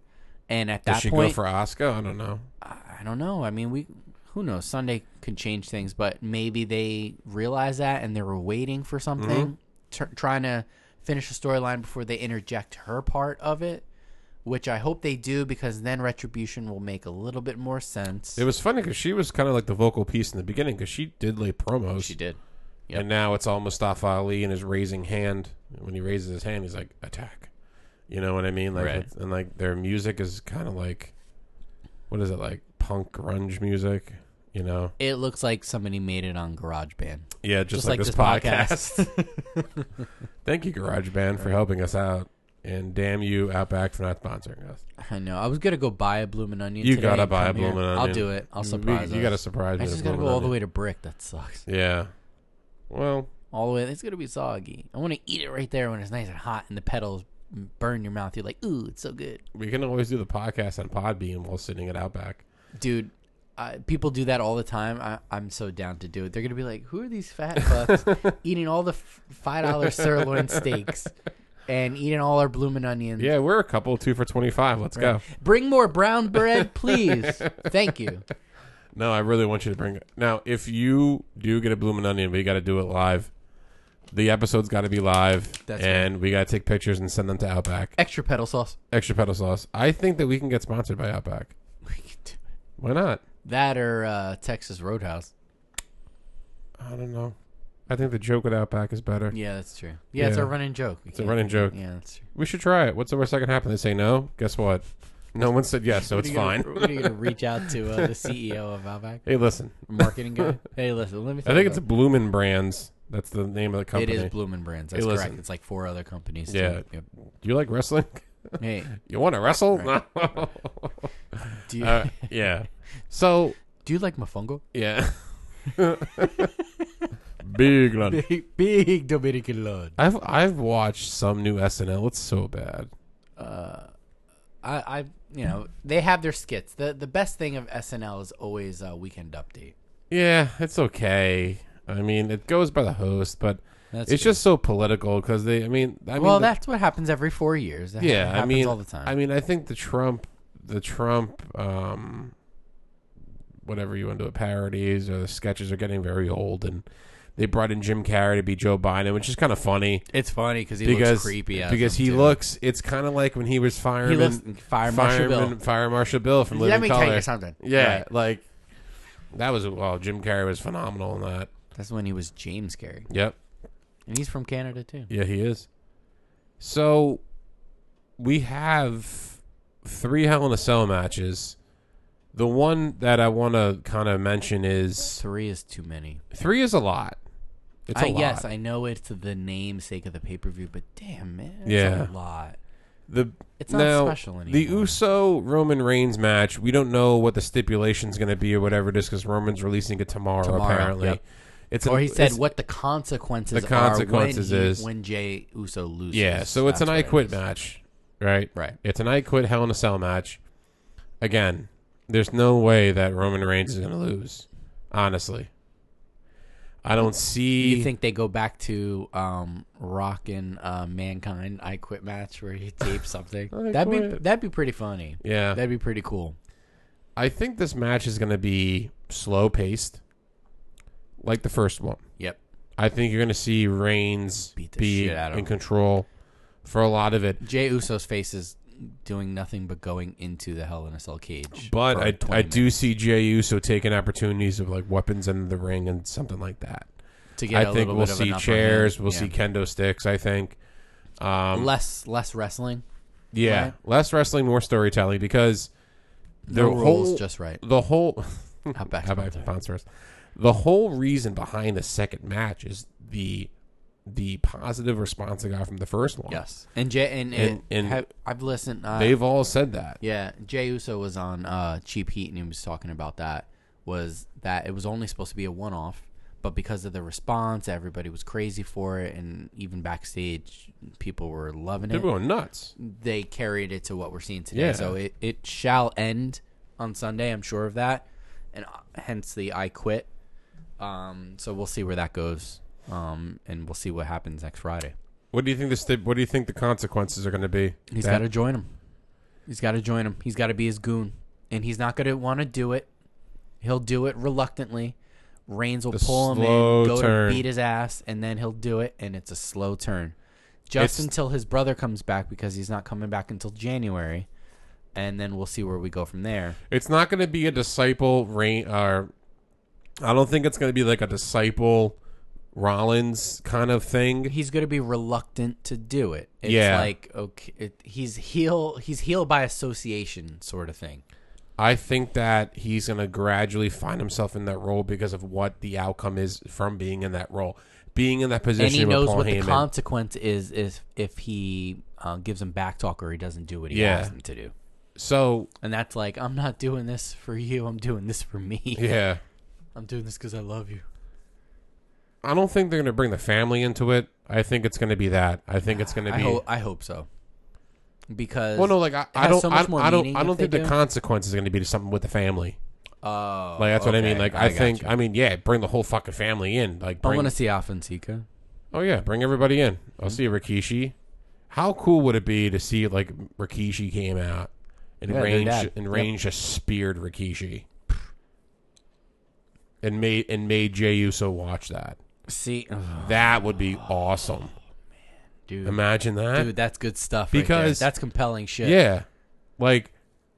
Speaker 2: And at
Speaker 1: Does
Speaker 2: that
Speaker 1: she
Speaker 2: point,
Speaker 1: go for Asuka? I don't know.
Speaker 2: I don't know. I mean, we who knows? Sunday could change things, but maybe they realize that and they were waiting for
Speaker 1: Mm-hmm.
Speaker 2: something, tr- trying to finish the storyline before they interject her part of it. Which I hope they do because then retribution will make a little bit more sense.
Speaker 1: It was funny because she was kind of like the vocal piece in the beginning because she did lay promos.
Speaker 2: she did.
Speaker 1: And now it's all Mustafa Ali and his raising hand. When he raises his hand, he's like, attack. You know what I mean? Like,
Speaker 2: Right.
Speaker 1: it's- And like their music is kind of like, what is it like? Punk grunge music. You know,
Speaker 2: It looks like somebody made it on GarageBand.
Speaker 1: yeah, just, like, this podcast. Thank you, GarageBand, for helping us out, and damn you, Outback, for not sponsoring us.
Speaker 2: I know. I was gonna go buy a bloomin' onion.
Speaker 1: You
Speaker 2: today
Speaker 1: gotta
Speaker 2: and
Speaker 1: buy
Speaker 2: come
Speaker 1: a
Speaker 2: here.
Speaker 1: Bloomin'
Speaker 2: I'll
Speaker 1: Onion.
Speaker 2: do it. I'll
Speaker 1: We-
Speaker 2: surprise
Speaker 1: You
Speaker 2: us.
Speaker 1: gotta surprise me.
Speaker 2: I
Speaker 1: with
Speaker 2: just gotta go
Speaker 1: Bloomin'
Speaker 2: all the
Speaker 1: Onion.
Speaker 2: way to brick. That sucks.
Speaker 1: Yeah. Well,
Speaker 2: All the way. It's gonna be soggy. I want to eat it right there when it's nice and hot and the petals burn your mouth. You're like, ooh, it's so good,
Speaker 1: we can always do the podcast on Podbean while sitting at Outback.
Speaker 2: Mm-hmm. dude. Uh, people do that all the time. I, I'm so down to do it. They're gonna be like, "Who are these fat fucks eating all the f- five dollar sirloin steaks and eating all our bloomin' onions?
Speaker 1: Yeah, we're a couple two for twenty five. Let's go.
Speaker 2: Bring more brown bread, please. Thank you.
Speaker 1: No, I really want you to bring now. If you do get a bloomin' onion, we got to do it live. The episode's got to be live,
Speaker 2: That's
Speaker 1: and we got to take pictures and send them to Outback.
Speaker 2: Extra petal sauce.
Speaker 1: Extra pedal sauce. I think that we can get sponsored by Outback.
Speaker 2: We can do it.
Speaker 1: Why not?
Speaker 2: That or uh, Texas Roadhouse.
Speaker 1: I don't know. I think the joke with Outback is better.
Speaker 2: Yeah, that's true. Yeah, it's
Speaker 1: Yeah.
Speaker 2: a running joke. We
Speaker 1: It's a
Speaker 2: can't-
Speaker 1: running joke.
Speaker 2: Yeah, that's true.
Speaker 1: We should try it. What's the worst that can happen? They say no. Guess what? No one said yes, so it's fine.
Speaker 2: Gonna, are you gonna reach out to uh, the CEO of Outback
Speaker 1: hey, listen.
Speaker 2: marketing guy? Hey, listen, let me.
Speaker 1: I think it's
Speaker 2: tell
Speaker 1: Bloomin' Brands. That's the name of the
Speaker 2: you about-
Speaker 1: company.
Speaker 2: it is Bloomin' Brands. That's
Speaker 1: Hey,
Speaker 2: correct.
Speaker 1: listen.
Speaker 2: It's like four other companies.
Speaker 1: Yeah.
Speaker 2: Too. Yep.
Speaker 1: Do you like wrestling?
Speaker 2: Hey,
Speaker 1: You want to wrestle?
Speaker 2: Right.
Speaker 1: No.
Speaker 2: do you
Speaker 1: Uh, yeah. So
Speaker 2: do you like mofongo?
Speaker 1: yeah. Big lunch.
Speaker 2: Big, big Dominican lord.
Speaker 1: I've I've watched some new SNL. It's so bad.
Speaker 2: uh, I, I, you know, they have their skits. the The best thing of SNL is always uh, Weekend Update.
Speaker 1: Yeah, it's okay. I mean, it goes by the host, but
Speaker 2: That's
Speaker 1: it's
Speaker 2: true.
Speaker 1: just so political because they. I mean, I mean,
Speaker 2: well,
Speaker 1: the-
Speaker 2: that's what happens every four years. That
Speaker 1: yeah.
Speaker 2: happens
Speaker 1: I mean,
Speaker 2: all the time.
Speaker 1: I mean, I think the Trump, the Trump, um, whatever you want to do, it, parodies or the sketches are getting very old, and they brought in Jim Carrey to be Joe Biden, which is kind of funny.
Speaker 2: it's funny because he looks
Speaker 1: because
Speaker 2: creepy. As
Speaker 1: because
Speaker 2: him,
Speaker 1: he
Speaker 2: too.
Speaker 1: looks. It's kind of like when he was
Speaker 2: he
Speaker 1: fireman,
Speaker 2: looks fire marshal
Speaker 1: fireman-
Speaker 2: Bill.
Speaker 1: fire marshal Bill from
Speaker 2: Let
Speaker 1: Living
Speaker 2: me
Speaker 1: Color.
Speaker 2: tell you something.
Speaker 1: Yeah,
Speaker 2: Right.
Speaker 1: like that was well. Jim Carrey was phenomenal in that.
Speaker 2: that's when he was James Carey,
Speaker 1: Yep.
Speaker 2: and he's from Canada too.
Speaker 1: Yeah, he is. So we have three Hell in a Cell matches. The one that I want to kind of mention is
Speaker 2: Three is too many.
Speaker 1: three is a lot. It's a
Speaker 2: I
Speaker 1: lot.
Speaker 2: yes, I know it's the namesake of the pay per view, but damn man, it's
Speaker 1: Yeah.
Speaker 2: a lot.
Speaker 1: the
Speaker 2: It's not
Speaker 1: now,
Speaker 2: special anymore.
Speaker 1: The Uso Roman Reigns match, we don't know what the stipulation's going to be or whatever it is because Roman's releasing it tomorrow,
Speaker 2: Tomorrow,
Speaker 1: apparently.
Speaker 2: yep.
Speaker 1: It's
Speaker 2: Or
Speaker 1: an-
Speaker 2: he said
Speaker 1: it's-
Speaker 2: what the consequences
Speaker 1: The
Speaker 2: are
Speaker 1: consequences
Speaker 2: when, he-
Speaker 1: is-
Speaker 2: when Jay Uso loses.
Speaker 1: Yeah, so it's
Speaker 2: That's
Speaker 1: an
Speaker 2: what
Speaker 1: I
Speaker 2: it
Speaker 1: Quit
Speaker 2: is.
Speaker 1: match, right?
Speaker 2: Right.
Speaker 1: It's an I Quit Hell in a Cell match. Again, there's no way that Roman Reigns is going to lose. Honestly, I don't see.
Speaker 2: You think they go back to um, Rock and uh, Mankind I Quit match where he tapes something?
Speaker 1: I
Speaker 2: that'd be
Speaker 1: quit.
Speaker 2: that'd be pretty funny.
Speaker 1: Yeah,
Speaker 2: That'd be pretty cool.
Speaker 1: I think this match is going to be slow paced, like the first one.
Speaker 2: Yep.
Speaker 1: I think you're going to see Reigns
Speaker 2: Beat the
Speaker 1: be
Speaker 2: shit out of
Speaker 1: in
Speaker 2: him.
Speaker 1: control for a lot of it.
Speaker 2: Jay Uso's face is doing nothing but going into the Hell in a Cell cage.
Speaker 1: But
Speaker 2: for
Speaker 1: I,
Speaker 2: 20
Speaker 1: I do see Jey Uso taking opportunities of like weapons in the ring and something like that.
Speaker 2: minutes to
Speaker 1: I
Speaker 2: a
Speaker 1: think
Speaker 2: little
Speaker 1: we'll
Speaker 2: bit of
Speaker 1: see
Speaker 2: an upper
Speaker 1: chairs,
Speaker 2: hand.
Speaker 1: we'll
Speaker 2: Yeah.
Speaker 1: see kendo sticks. I think. Um,
Speaker 2: less less wrestling.
Speaker 1: yeah,
Speaker 2: right?
Speaker 1: less wrestling, more storytelling because
Speaker 2: No
Speaker 1: the
Speaker 2: rules,
Speaker 1: whole
Speaker 2: just right.
Speaker 1: the whole
Speaker 2: How back?
Speaker 1: how about sponsors? The whole reason behind the second match is the the positive response I got from the first one.
Speaker 2: Yes, and Jay and,
Speaker 1: And-
Speaker 2: and,
Speaker 1: and
Speaker 2: have, I've listened. Uh,
Speaker 1: they've all said that.
Speaker 2: Yeah, Jay Uso was on uh, Cheap Heat and he was talking about that. Was that it was only supposed to be a one off, but because of the response, everybody was crazy for it, and even backstage, people were loving
Speaker 1: They're
Speaker 2: it.
Speaker 1: going nuts.
Speaker 2: They carried it to what we're seeing today.
Speaker 1: Yeah.
Speaker 2: So it, it shall end on Sunday, I'm sure of that, and uh, hence the I quit. Um, so we'll see where that goes, um, and we'll see what happens next Friday.
Speaker 1: What do you think the sti- what do you think the consequences are going to be?
Speaker 2: He's
Speaker 1: That-
Speaker 2: got to join him. He's got to join him. He's got to be his goon, and he's not going to want to do it. He'll do it reluctantly. Reigns will
Speaker 1: The
Speaker 2: pull him in,
Speaker 1: slow
Speaker 2: go
Speaker 1: turn.
Speaker 2: to beat his ass, and then he'll do it, and it's a slow turn, just
Speaker 1: It's-
Speaker 2: until his brother comes back because he's not coming back until January, and then we'll see where we go from there.
Speaker 1: It's not going to be a disciple rain or I don't think it's going to be like a disciple Rollins kind of thing.
Speaker 2: He's going to be reluctant to do it. It's
Speaker 1: Yeah.
Speaker 2: like okay, it, he's heel, he's heel by association sort of thing.
Speaker 1: I think that he's going to gradually find himself in that role because of what the outcome is from being in that role, being in that position.
Speaker 2: and he
Speaker 1: with
Speaker 2: knows
Speaker 1: Paul
Speaker 2: what
Speaker 1: Heyman.
Speaker 2: the consequence is if if he uh, gives him back talk or he doesn't do what he
Speaker 1: Yeah.
Speaker 2: asked him to do.
Speaker 1: so
Speaker 2: And that's like, I'm not doing this for you. I'm doing this for me.
Speaker 1: yeah,
Speaker 2: I'm doing this because I love you.
Speaker 1: I don't think they're going to bring the family into it. I think it's going to be that. I think it's going to
Speaker 2: I
Speaker 1: be.
Speaker 2: hope I hope so. Because
Speaker 1: well, no, like I, I
Speaker 2: has
Speaker 1: don't,
Speaker 2: so
Speaker 1: I,
Speaker 2: much more
Speaker 1: I don't,
Speaker 2: meaning
Speaker 1: I don't
Speaker 2: if they
Speaker 1: think the
Speaker 2: do.
Speaker 1: consequence is going to be something with the family.
Speaker 2: oh,
Speaker 1: Like that's what I mean.
Speaker 2: okay,
Speaker 1: Like I,
Speaker 2: got
Speaker 1: think,
Speaker 2: you.
Speaker 1: I mean, yeah, bring the whole fucking family in. Like,
Speaker 2: I
Speaker 1: bring,
Speaker 2: want to see Alphonsika.
Speaker 1: oh yeah, bring everybody in. I'll see Rikishi. How cool would it be to see like Rikishi came out and
Speaker 2: Yeah, their
Speaker 1: range
Speaker 2: dad.
Speaker 1: and
Speaker 2: Yep.
Speaker 1: range just speared Rikishi and made and made Jey Uso watch that.
Speaker 2: See, ugh,
Speaker 1: That would be awesome.
Speaker 2: dude,
Speaker 1: Imagine that.
Speaker 2: dude, that's good stuff. right there.
Speaker 1: Because-
Speaker 2: that's compelling shit.
Speaker 1: Yeah. Like,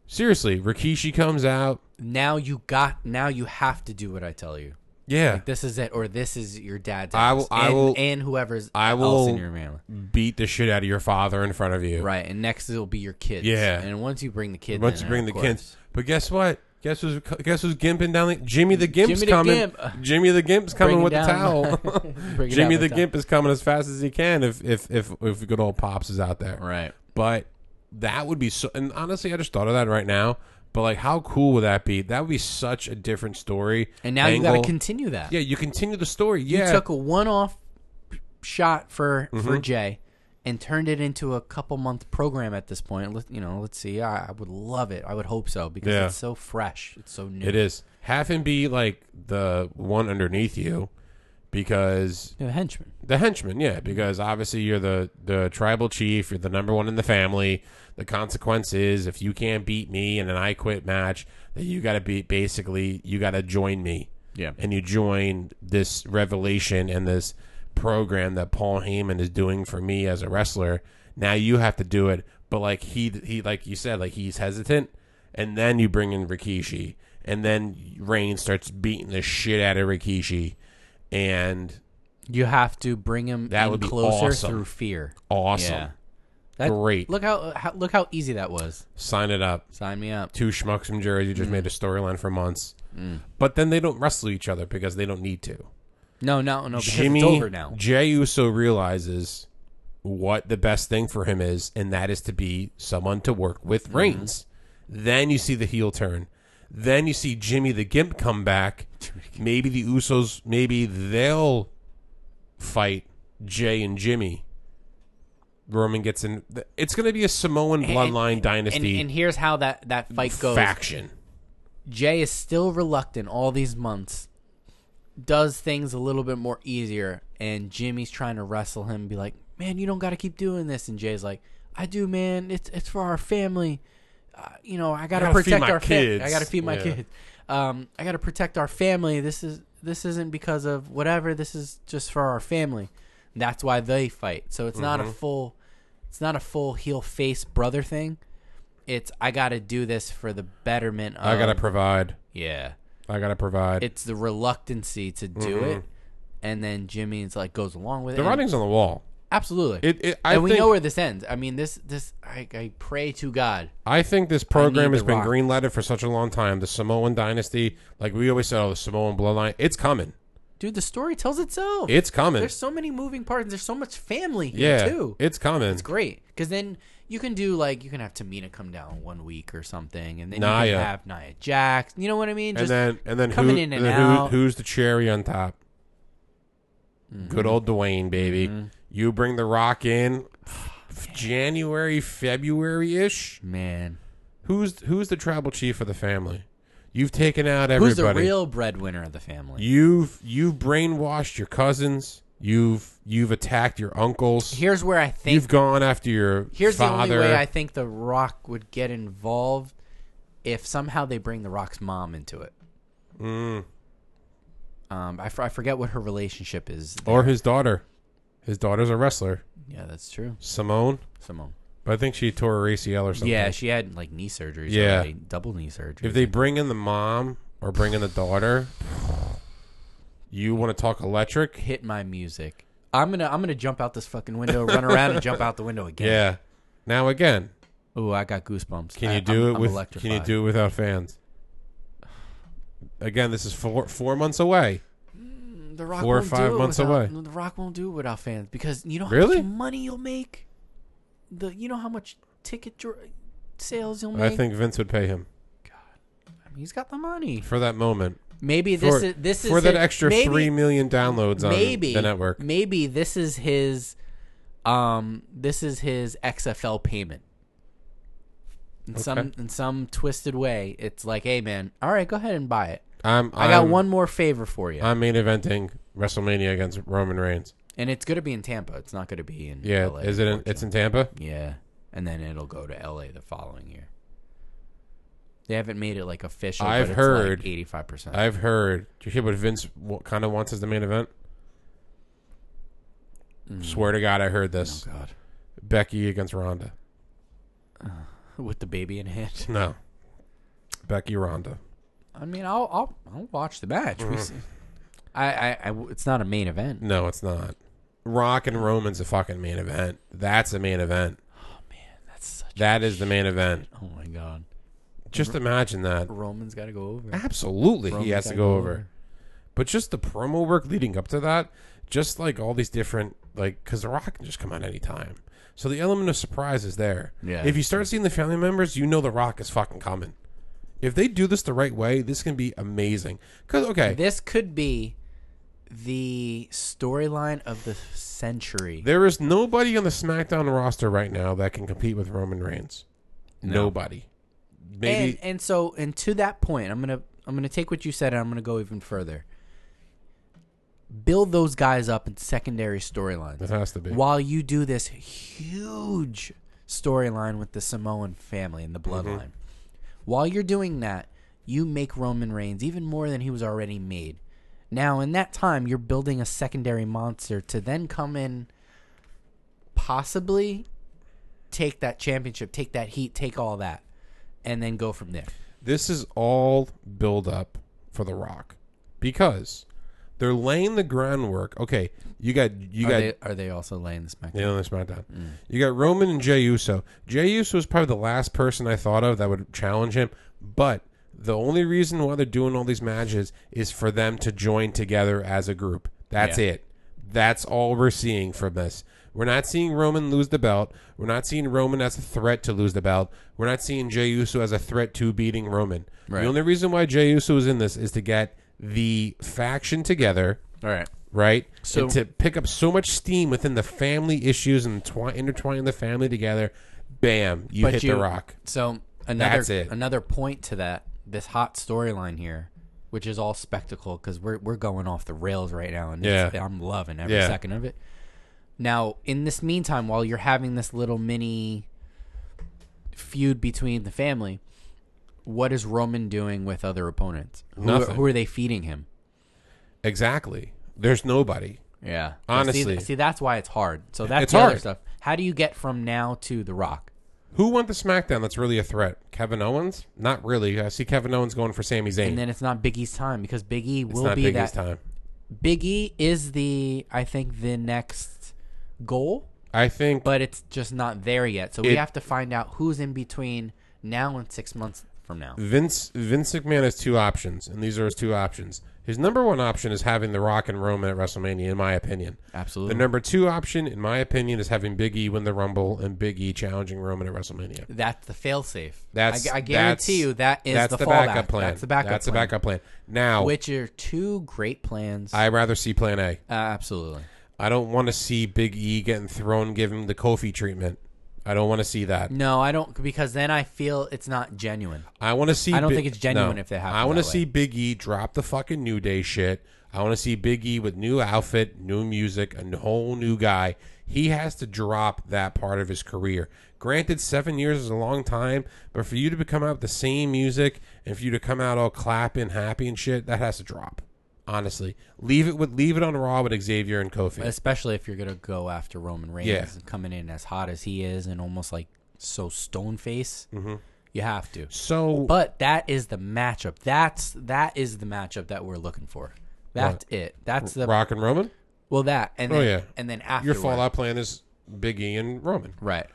Speaker 1: seriously, Rikishi comes out.
Speaker 2: Now you got. Now you have to do what I tell you.
Speaker 1: Yeah.
Speaker 2: This is it, or this is your dad's.
Speaker 1: I
Speaker 2: house,
Speaker 1: will- I
Speaker 2: and,
Speaker 1: will-
Speaker 2: and whoever's
Speaker 1: I
Speaker 2: else in
Speaker 1: will-
Speaker 2: your family.
Speaker 1: Beat the shit out of your father in front of you.
Speaker 2: Right, and next it'll be your kids.
Speaker 1: Yeah.
Speaker 2: and once you bring the kids,
Speaker 1: Once
Speaker 2: in,
Speaker 1: you bring
Speaker 2: of
Speaker 1: the
Speaker 2: course.
Speaker 1: kids. But guess what? Guess who's guess who's gimping down the Jimmy the Gimp's
Speaker 2: Jimmy the
Speaker 1: coming.
Speaker 2: Gimp.
Speaker 1: Jimmy the Gimp's coming
Speaker 2: Bring
Speaker 1: with
Speaker 2: it
Speaker 1: the
Speaker 2: down.
Speaker 1: towel.
Speaker 2: Bring it
Speaker 1: Jimmy
Speaker 2: out
Speaker 1: the
Speaker 2: with that.
Speaker 1: Gimp is coming as fast as he can if if if if good old pops is out there.
Speaker 2: Right.
Speaker 1: But that would be so. And honestly, I just thought of that right now. But like, how cool would that be? That would be such a different story.
Speaker 2: And now you got
Speaker 1: angle.
Speaker 2: to continue that.
Speaker 1: Yeah, you continue the story.
Speaker 2: You
Speaker 1: Yeah, Mm-hmm.
Speaker 2: took a one-off shot for for Jay, and turned it into a couple-month program at this point. Let, you know, let's see. I, I would love it. I would hope so because
Speaker 1: Yeah.
Speaker 2: it's so fresh. It's so new.
Speaker 1: It is. Have him be like the one underneath you because
Speaker 2: Yeah, henchman.
Speaker 1: the henchman, yeah, because obviously you're the, the tribal chief, you're the number one in the family. The consequence is if you can't beat me in an I quit match, that you gotta be basically you gotta join me.
Speaker 2: Yeah.
Speaker 1: And you join this revelation and this program that Paul Heyman is doing for me as a wrestler. Now you have to do it. But like he he like you said, like he's hesitant and then you bring in Rikishi, and then Reign starts beating the shit out of Rikishi, and
Speaker 2: You have to bring him
Speaker 1: That
Speaker 2: in
Speaker 1: would be
Speaker 2: closer
Speaker 1: awesome.
Speaker 2: through fear.
Speaker 1: awesome,
Speaker 2: Yeah. That-
Speaker 1: great.
Speaker 2: Look how, how look how easy that was.
Speaker 1: Sign it up.
Speaker 2: Sign me up.
Speaker 1: Two schmucks from Jersey
Speaker 2: Mm.
Speaker 1: just made a storyline for months, but then they don't wrestle each other because they don't need to.
Speaker 2: No, no, no. Because
Speaker 1: Jimmy
Speaker 2: it's over now.
Speaker 1: Jey Uso realizes what the best thing for him is, and that is to be someone to work with
Speaker 2: Mm-hmm.
Speaker 1: Reigns. Then you see the heel turn. Then you see Jimmy the Gimp come back. Maybe the Usos, maybe they'll fight Jay and Jimmy. Roman gets in. It's going to be a Samoan bloodline
Speaker 2: And,
Speaker 1: dynasty
Speaker 2: and here's how that that fight goes.
Speaker 1: faction.
Speaker 2: Jay is still reluctant all these months, does things a little bit more easier, and Jimmy's trying to wrestle him and be like, Man, you don't got to keep doing this. And Jay's like, I do, man. It's it's for our family. Uh, you know, I got to
Speaker 1: gotta feed
Speaker 2: protect
Speaker 1: my
Speaker 2: our family. I
Speaker 1: kids."
Speaker 2: got to feed my
Speaker 1: Yeah.
Speaker 2: kids. Um, I got to protect our family. This is this isn't because of whatever. This is just for our family. That's why they fight. So it's not a
Speaker 1: Mm-hmm.
Speaker 2: full it's not a full heel face brother thing. It's I got to do this for the betterment of
Speaker 1: I got to provide.
Speaker 2: yeah.
Speaker 1: I got to provide.
Speaker 2: It's the reluctancy to do it. And then Jimmy's like goes along with
Speaker 1: Mm-hmm. the
Speaker 2: it.
Speaker 1: writing's on the wall.
Speaker 2: Absolutely.
Speaker 1: It, it, I
Speaker 2: and we
Speaker 1: think-
Speaker 2: know where this ends. I mean, this, this, I, I pray to God.
Speaker 1: I think this program
Speaker 2: need
Speaker 1: has
Speaker 2: The
Speaker 1: been
Speaker 2: Rock.
Speaker 1: greenlighted for such a long time. The Samoan dynasty, like we always said, oh, the Samoan bloodline, it's coming.
Speaker 2: Dude, the story tells itself.
Speaker 1: It's coming.
Speaker 2: There's so many moving parts. and There's so much family here,
Speaker 1: yeah,
Speaker 2: too.
Speaker 1: it's coming.
Speaker 2: It's great. Because then you can do, like, you can have Tamina come down one week or something. And then you
Speaker 1: Nia.
Speaker 2: can have Nia Jax. You know what I mean?
Speaker 1: and then and then who
Speaker 2: coming in and
Speaker 1: and then who-
Speaker 2: out. Mm-hmm.
Speaker 1: who's the cherry on top? Good old Dwayne, baby. You bring the Rock in f- January, February ish.
Speaker 2: man.
Speaker 1: Who's who's the tribal chief of the family? You've taken out everybody.
Speaker 2: Who's the real breadwinner of the family?
Speaker 1: You've you've brainwashed your cousins. You've you've attacked your uncles.
Speaker 2: Here's where I think
Speaker 1: You've gone after your
Speaker 2: Here's the
Speaker 1: father.
Speaker 2: only way I think The Rock would get involved if somehow they bring The Rock's mom into it.
Speaker 1: Mm.
Speaker 2: Um, I, f- I forget what her relationship is.
Speaker 1: or his daughter. His daughter's a wrestler,
Speaker 2: Yeah, that's true.
Speaker 1: Simone.
Speaker 2: Simone.
Speaker 1: But I think she tore her ACL or something.
Speaker 2: Yeah, she had like knee surgeries.
Speaker 1: Yeah.
Speaker 2: already, double knee surgery.
Speaker 1: If they bring in the mom or bring in the daughter, you want to talk electric?
Speaker 2: hit my music, I'm gonna I'm gonna jump out this fucking window, run around, and jump out the window again.
Speaker 1: Yeah. Now again,
Speaker 2: Ooh, I got goosebumps.
Speaker 1: Can
Speaker 2: I-
Speaker 1: you do
Speaker 2: I'm-
Speaker 1: it
Speaker 2: I'm
Speaker 1: with? Can you
Speaker 2: electrified.
Speaker 1: do it without fans? Again, this is four four months away.
Speaker 2: The Rock
Speaker 1: Four or
Speaker 2: won't do
Speaker 1: five
Speaker 2: it
Speaker 1: months
Speaker 2: without-
Speaker 1: away.
Speaker 2: no, The Rock won't do it without fans because you know how
Speaker 1: Really?
Speaker 2: much money you'll make. The you know how much ticket dr- sales you'll
Speaker 1: I
Speaker 2: make.
Speaker 1: think Vince would pay him
Speaker 2: I mean, he's got the money.
Speaker 1: for that moment
Speaker 2: Maybe
Speaker 1: for,
Speaker 2: this is this is
Speaker 1: for that
Speaker 2: it-
Speaker 1: extra
Speaker 2: maybe-
Speaker 1: three million downloads on
Speaker 2: maybe
Speaker 1: the network.
Speaker 2: Maybe this is his, um, this is his XFL payment. In some in some twisted way, it's like, hey man, all right, go ahead and buy it.
Speaker 1: I'm,
Speaker 2: I got
Speaker 1: I'm-
Speaker 2: one more favor for you,
Speaker 1: I'm main eventing WrestleMania against Roman Reigns.
Speaker 2: and it's gonna be in Tampa. It's not gonna be in
Speaker 1: Yeah,
Speaker 2: LA,
Speaker 1: is it? In, it's in Tampa.
Speaker 2: Yeah, and then it'll go to LA the following year. They haven't made it like official.
Speaker 1: I've
Speaker 2: but
Speaker 1: heard-
Speaker 2: it's eighty five percent.
Speaker 1: I've heard. Do you hear what Vince kind of wants as the main event?
Speaker 2: Mm.
Speaker 1: Swear to God, I heard
Speaker 2: Oh
Speaker 1: this.
Speaker 2: God,
Speaker 1: Becky against Ronda.
Speaker 2: with the baby in hand.
Speaker 1: No, Becky Ronda.
Speaker 2: I mean, I'll I'll, I'll watch the match. We s- I, I, I w- it's not a main event.
Speaker 1: No, it's not. Rock and Roman's a fucking main event. That's a main event.
Speaker 2: Oh, That's such.
Speaker 1: That is the main event.
Speaker 2: Oh my God,
Speaker 1: Just imagine that.
Speaker 2: Roman's got to go over.
Speaker 1: Absolutely, he
Speaker 2: Mm-hmm. Roman's
Speaker 1: has to
Speaker 2: gotta
Speaker 1: go over. But just the promo work leading up to that, just like all these different, like, because The Rock can just come out anytime. So the element of surprise is there.
Speaker 2: Yeah.
Speaker 1: If you start seeing the family members, you know The Rock is fucking coming. If they do this the right way, this can be amazing. Because, okay,
Speaker 2: This could be the storyline of the century.
Speaker 1: there is nobody on the SmackDown roster right now that can compete with Roman Reigns. Nobody. Maybe.
Speaker 2: and, and so and to that point i'm gonna i'm gonna take what you said and i'm gonna go even further build those guys up in secondary storylines
Speaker 1: It has to be.
Speaker 2: while you do this huge storyline with the samoan family and the
Speaker 1: Mm-hmm.
Speaker 2: bloodline while you're doing that you make roman reigns even more than he was already made now in that time you're building a secondary monster to then come in possibly take that championship take that heat take all that and then go from there.
Speaker 1: This is all build up for The Rock because they're laying the groundwork. Okay, you got you
Speaker 2: Are,
Speaker 1: got
Speaker 2: they, are they also laying this back?
Speaker 1: Yeah, on the SmackDown. You got Roman and Jey Uso. Jey Uso is probably the last person I thought of that would challenge him, but the only reason why they're doing all these matches is for them to join together as a group. That's
Speaker 2: Yeah.
Speaker 1: it. That's all we're seeing from this. We're not seeing Roman lose the belt. We're not seeing Roman as a threat to lose the belt. We're not seeing Jey Uso as a threat to beating Roman.
Speaker 2: Right.
Speaker 1: The only reason why Jey Uso is in this is to get the faction together
Speaker 2: All right.
Speaker 1: right?
Speaker 2: So-
Speaker 1: and to pick up so much steam within the family issues and twi- intertwining the family together, bam, you
Speaker 2: But
Speaker 1: hit
Speaker 2: you-
Speaker 1: the rock.
Speaker 2: So another
Speaker 1: That's it.
Speaker 2: another point to that this hot storyline here, which is all spectacle because we're we're going off the rails right now, and it's,
Speaker 1: Yeah.
Speaker 2: I'm loving every
Speaker 1: Yeah.
Speaker 2: second of it. Now, in this meantime, while you're having this little mini feud between the family, what is Roman doing with other opponents? Who, are-
Speaker 1: Nothing.
Speaker 2: who are they feeding him?
Speaker 1: Exactly. There's nobody.
Speaker 2: Yeah.
Speaker 1: Honestly.
Speaker 2: See, see, that's why it's hard. So that's
Speaker 1: It's
Speaker 2: the other
Speaker 1: hard.
Speaker 2: stuff. How do you get from now to The Rock?
Speaker 1: Who won the SmackDown that's really a threat? Kevin Owens? Not really. I see Kevin Owens going for Sami Zayn.
Speaker 2: And then it's not Big E's time because Big E
Speaker 1: it's
Speaker 2: will
Speaker 1: not
Speaker 2: be
Speaker 1: Big
Speaker 2: that.
Speaker 1: E's time.
Speaker 2: Big E is the, I think, the next goal,
Speaker 1: I think
Speaker 2: but it's just not there yet. So we
Speaker 1: It-
Speaker 2: have to find out who's in between now and six months from now.
Speaker 1: Vince Vince McMahon has two options, and these are his two options. His number one option is having The Rock and Roman at WrestleMania, in my opinion. The
Speaker 2: Absolutely.
Speaker 1: number two option, in my opinion, is having Big E win the Rumble and Big E challenging Roman at Wrestlemania.
Speaker 2: that's the failsafe.
Speaker 1: That's
Speaker 2: I, I
Speaker 1: that's-
Speaker 2: guarantee you that is
Speaker 1: that's
Speaker 2: the,
Speaker 1: the,
Speaker 2: fallback.
Speaker 1: backup plan.
Speaker 2: That's the backup
Speaker 1: That's
Speaker 2: plan.
Speaker 1: the backup plan. Now,
Speaker 2: Which are two great plans.
Speaker 1: I rather see Plan A.
Speaker 2: uh, absolutely.
Speaker 1: I don't want to see Big E getting thrown, given the Kofi treatment. I don't want to see that.
Speaker 2: No, I don't, because then I feel it's not genuine.
Speaker 1: I want to see.
Speaker 2: I don't
Speaker 1: Big-
Speaker 2: think it's genuine
Speaker 1: no.
Speaker 2: if that happens
Speaker 1: I want to
Speaker 2: that way.
Speaker 1: see Big E drop the fucking New Day shit. I want to see Big E with new outfit, new music, a n- whole new guy. He has to drop that part of his career. Granted, seven years is a long time, but for you to come out with the same music and for you to come out all clapping, happy and shit, that has to drop. Honestly, leave it with leave it on Raw with Xavier and Kofi.
Speaker 2: especially if you're gonna go after Roman Reigns
Speaker 1: Yeah.
Speaker 2: and coming in as hot as he is and almost like so stone face. Mm-hmm. You have to.
Speaker 1: so
Speaker 2: But that is the matchup. That's that is the matchup that we're looking for. That's it. That's the
Speaker 1: Rock and Roman,
Speaker 2: well that and
Speaker 1: Oh,
Speaker 2: then,
Speaker 1: yeah.
Speaker 2: and then after
Speaker 1: your fallout plan is Big E and Roman.
Speaker 2: right.